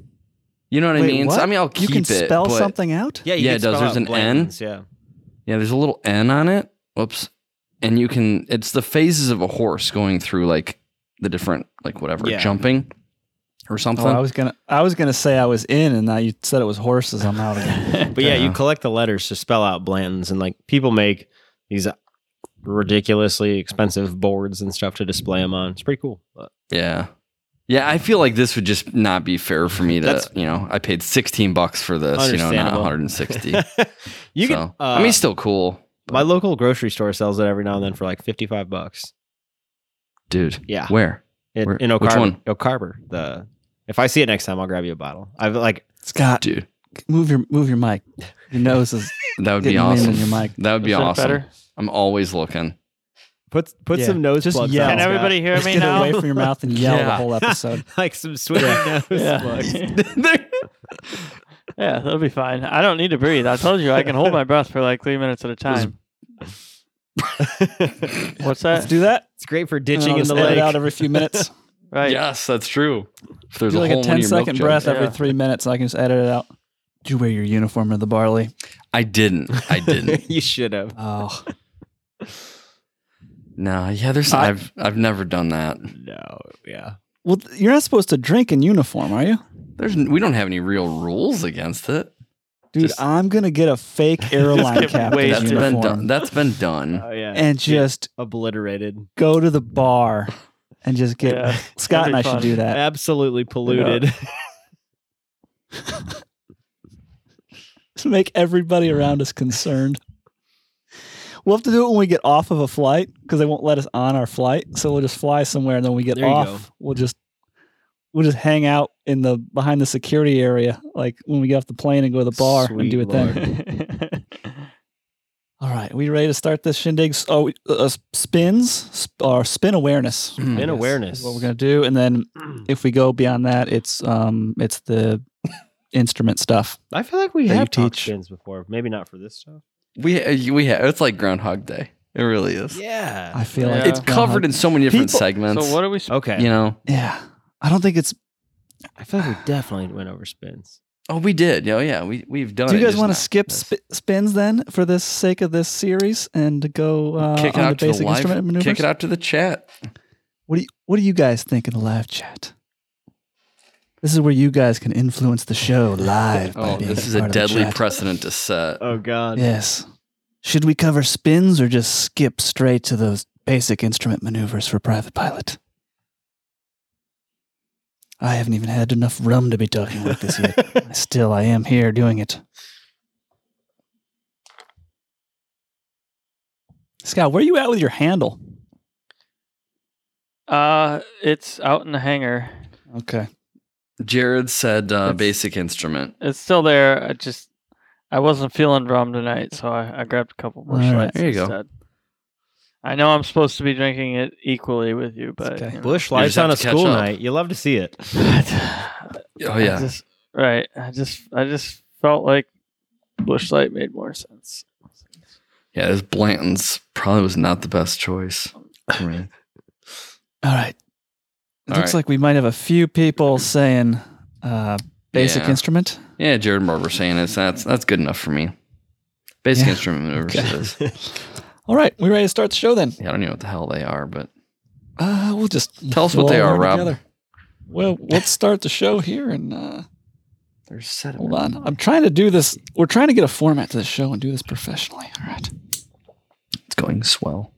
you know what I
Wait,
mean.
what?
So, I mean, I'll
you
keep
can
it.
spell
but-
something out.
Yeah,
Yeah,
can
it does.
spell
There's
out
an N.
Blanton's, Yeah.
Yeah, there's a little N on it. Whoops. And you can. It's the phases of a horse going through like the different like whatever
Yeah.
jumping or something.
Oh, I was gonna, I was gonna say I was in, and now you said it was horses. I'm out again.
But yeah, you
Yeah.
collect the letters to spell out Blanton's, and like people make these ridiculously expensive boards and stuff to display them on. It's pretty cool. But
yeah. Yeah, I feel like this would just not be fair for me to,
That's-
you know, I paid 16 bucks for this, you know, not
Understandable.
160.
you can.
So,
Uh,
I mean, it's still cool,
my local grocery store sells it every now and then for like fifty-five bucks.
dude.
Yeah,
Where?
in,
where-
in
which
Ocarver.
one?
Ocarver. The if I see it next time, I'll grab you a bottle. I've like
Scott,
Dude,
move your move your mic. Your nose is
that would be
Getting wind in
awesome.
your mic.
That would be
Is that
awesome.
better?
I'm always looking.
put put
Yeah,
some nose
just
plugs.
yell.
on,
Can
Can
Sounds
Scott.
everybody hear
just
me
get it
now?
away from your mouth and yell the
Yeah.
whole episode.
like some sweaty nose
yeah.
plugs.
yeah, that'll be fine. I don't need to breathe. I told you I can hold my breath for like three minutes at a time. What's
Let's
that?
do that.
It's great for
And then
ditching
I'll
in
just
the
edit
lake.
out every few minutes.
Right.
yes, that's true. If there's
do like a
hole in
10
your milk
second
jug-
breath every
Yeah.
three minutes. I can just edit it out. Did you wear your uniform to the barley?
I didn't. I didn't.
you should have.
Oh,
no, yeah, there's.
I-
I've I've never done that.
No, yeah.
well, th- you're not supposed to drink in uniform, are you?
There's. We don't have any real rules against it.
Dude,
Just-
I'm gonna get a fake airline
get
captain's
wasted.
That's been done.
uniform
That's been done.
Oh yeah.
and just
obliterated,
go to the bar and just get
Yeah.
Scott and I
That'd be
should do
fun.
that.
absolutely polluted.
to make everybody around us concerned. We'll have to do it when we get off of a flight because they won't let us on our flight. So we'll just fly somewhere and then we get
There you
off. We'll just we'll just hang out in the behind the security area, like when we get off the plane and go to the bar and
Sweet
do it then. All right, we ready to start this shindig? S- Oh, uh, spins sp- or spin awareness. I guess,
In
is
awareness.
What we're gonna do, and then if we go beyond that, it's um it's the instrument stuff.
I feel like we
that you
have talked
teach.
spins before. Maybe not for this stuff.
We uh, we have. It's like Groundhog Day. It really is.
Yeah.
I feel like
Yeah.
It's covered in so many different
People-
segments.
so what are we? Sp-
okay.
you know?
Yeah, I don't think it's
I feel like we definitely went over spins.
Oh, we did. Oh, yeah. We we've done.
Do you
it,
guys
just
want to
not-
skip sp- spins then for the sake of this series and go uh,
kick it
on
out
the
to the
basic
live?
instrument maneuvers?
Kick it out to the chat.
What do you What do you guys think in the live chat? This is where you guys can influence the show live. by
Oh,
being
this is a
part of the
deadly
chat.
precedent to set.
Oh god.
Yes. Should we cover spins or just skip straight to those basic instrument maneuvers for private pilot? I haven't even had enough rum to be talking like this yet. Still, I am here doing it. Scott, where are you at with your handle?
Oh.
uh, it's out in the hangar.
Okay.
Jared said uh,
That's-
basic instrument.
It's still there. I just I wasn't feeling drum tonight, so I, I grabbed a couple more
All right,
shots.
there you go.
instead. I know I'm supposed to be drinking it equally with you, but
okay.
you know.
Bush
You
lights
just have
on a
to catch
school
up.
night. You love to see it.
Oh
I
yeah.
just- right. I just I just felt like Bushlight made more sense.
Yeah, this Blanton's probably was not the best choice. Right.
All right. It
All
looks
right.
like we might have a few people saying uh, basic
Yeah.
instrument.
Yeah, Jared Barber saying it's that's that's good enough for me. Basic
Yeah.
instrument maneuvers.
Okay.
it is.
All right, we ready to start the show then?
Yeah, I don't even know what the hell they are, but
Uh, we'll just
Tell us what
we'll
they
all
are,
learn
Rob.
Well, let's start the show here and uh,
they're sediment.
hold on. I'm trying to do this. We're trying to get a format to the show and do this professionally. All right.
It's going swell.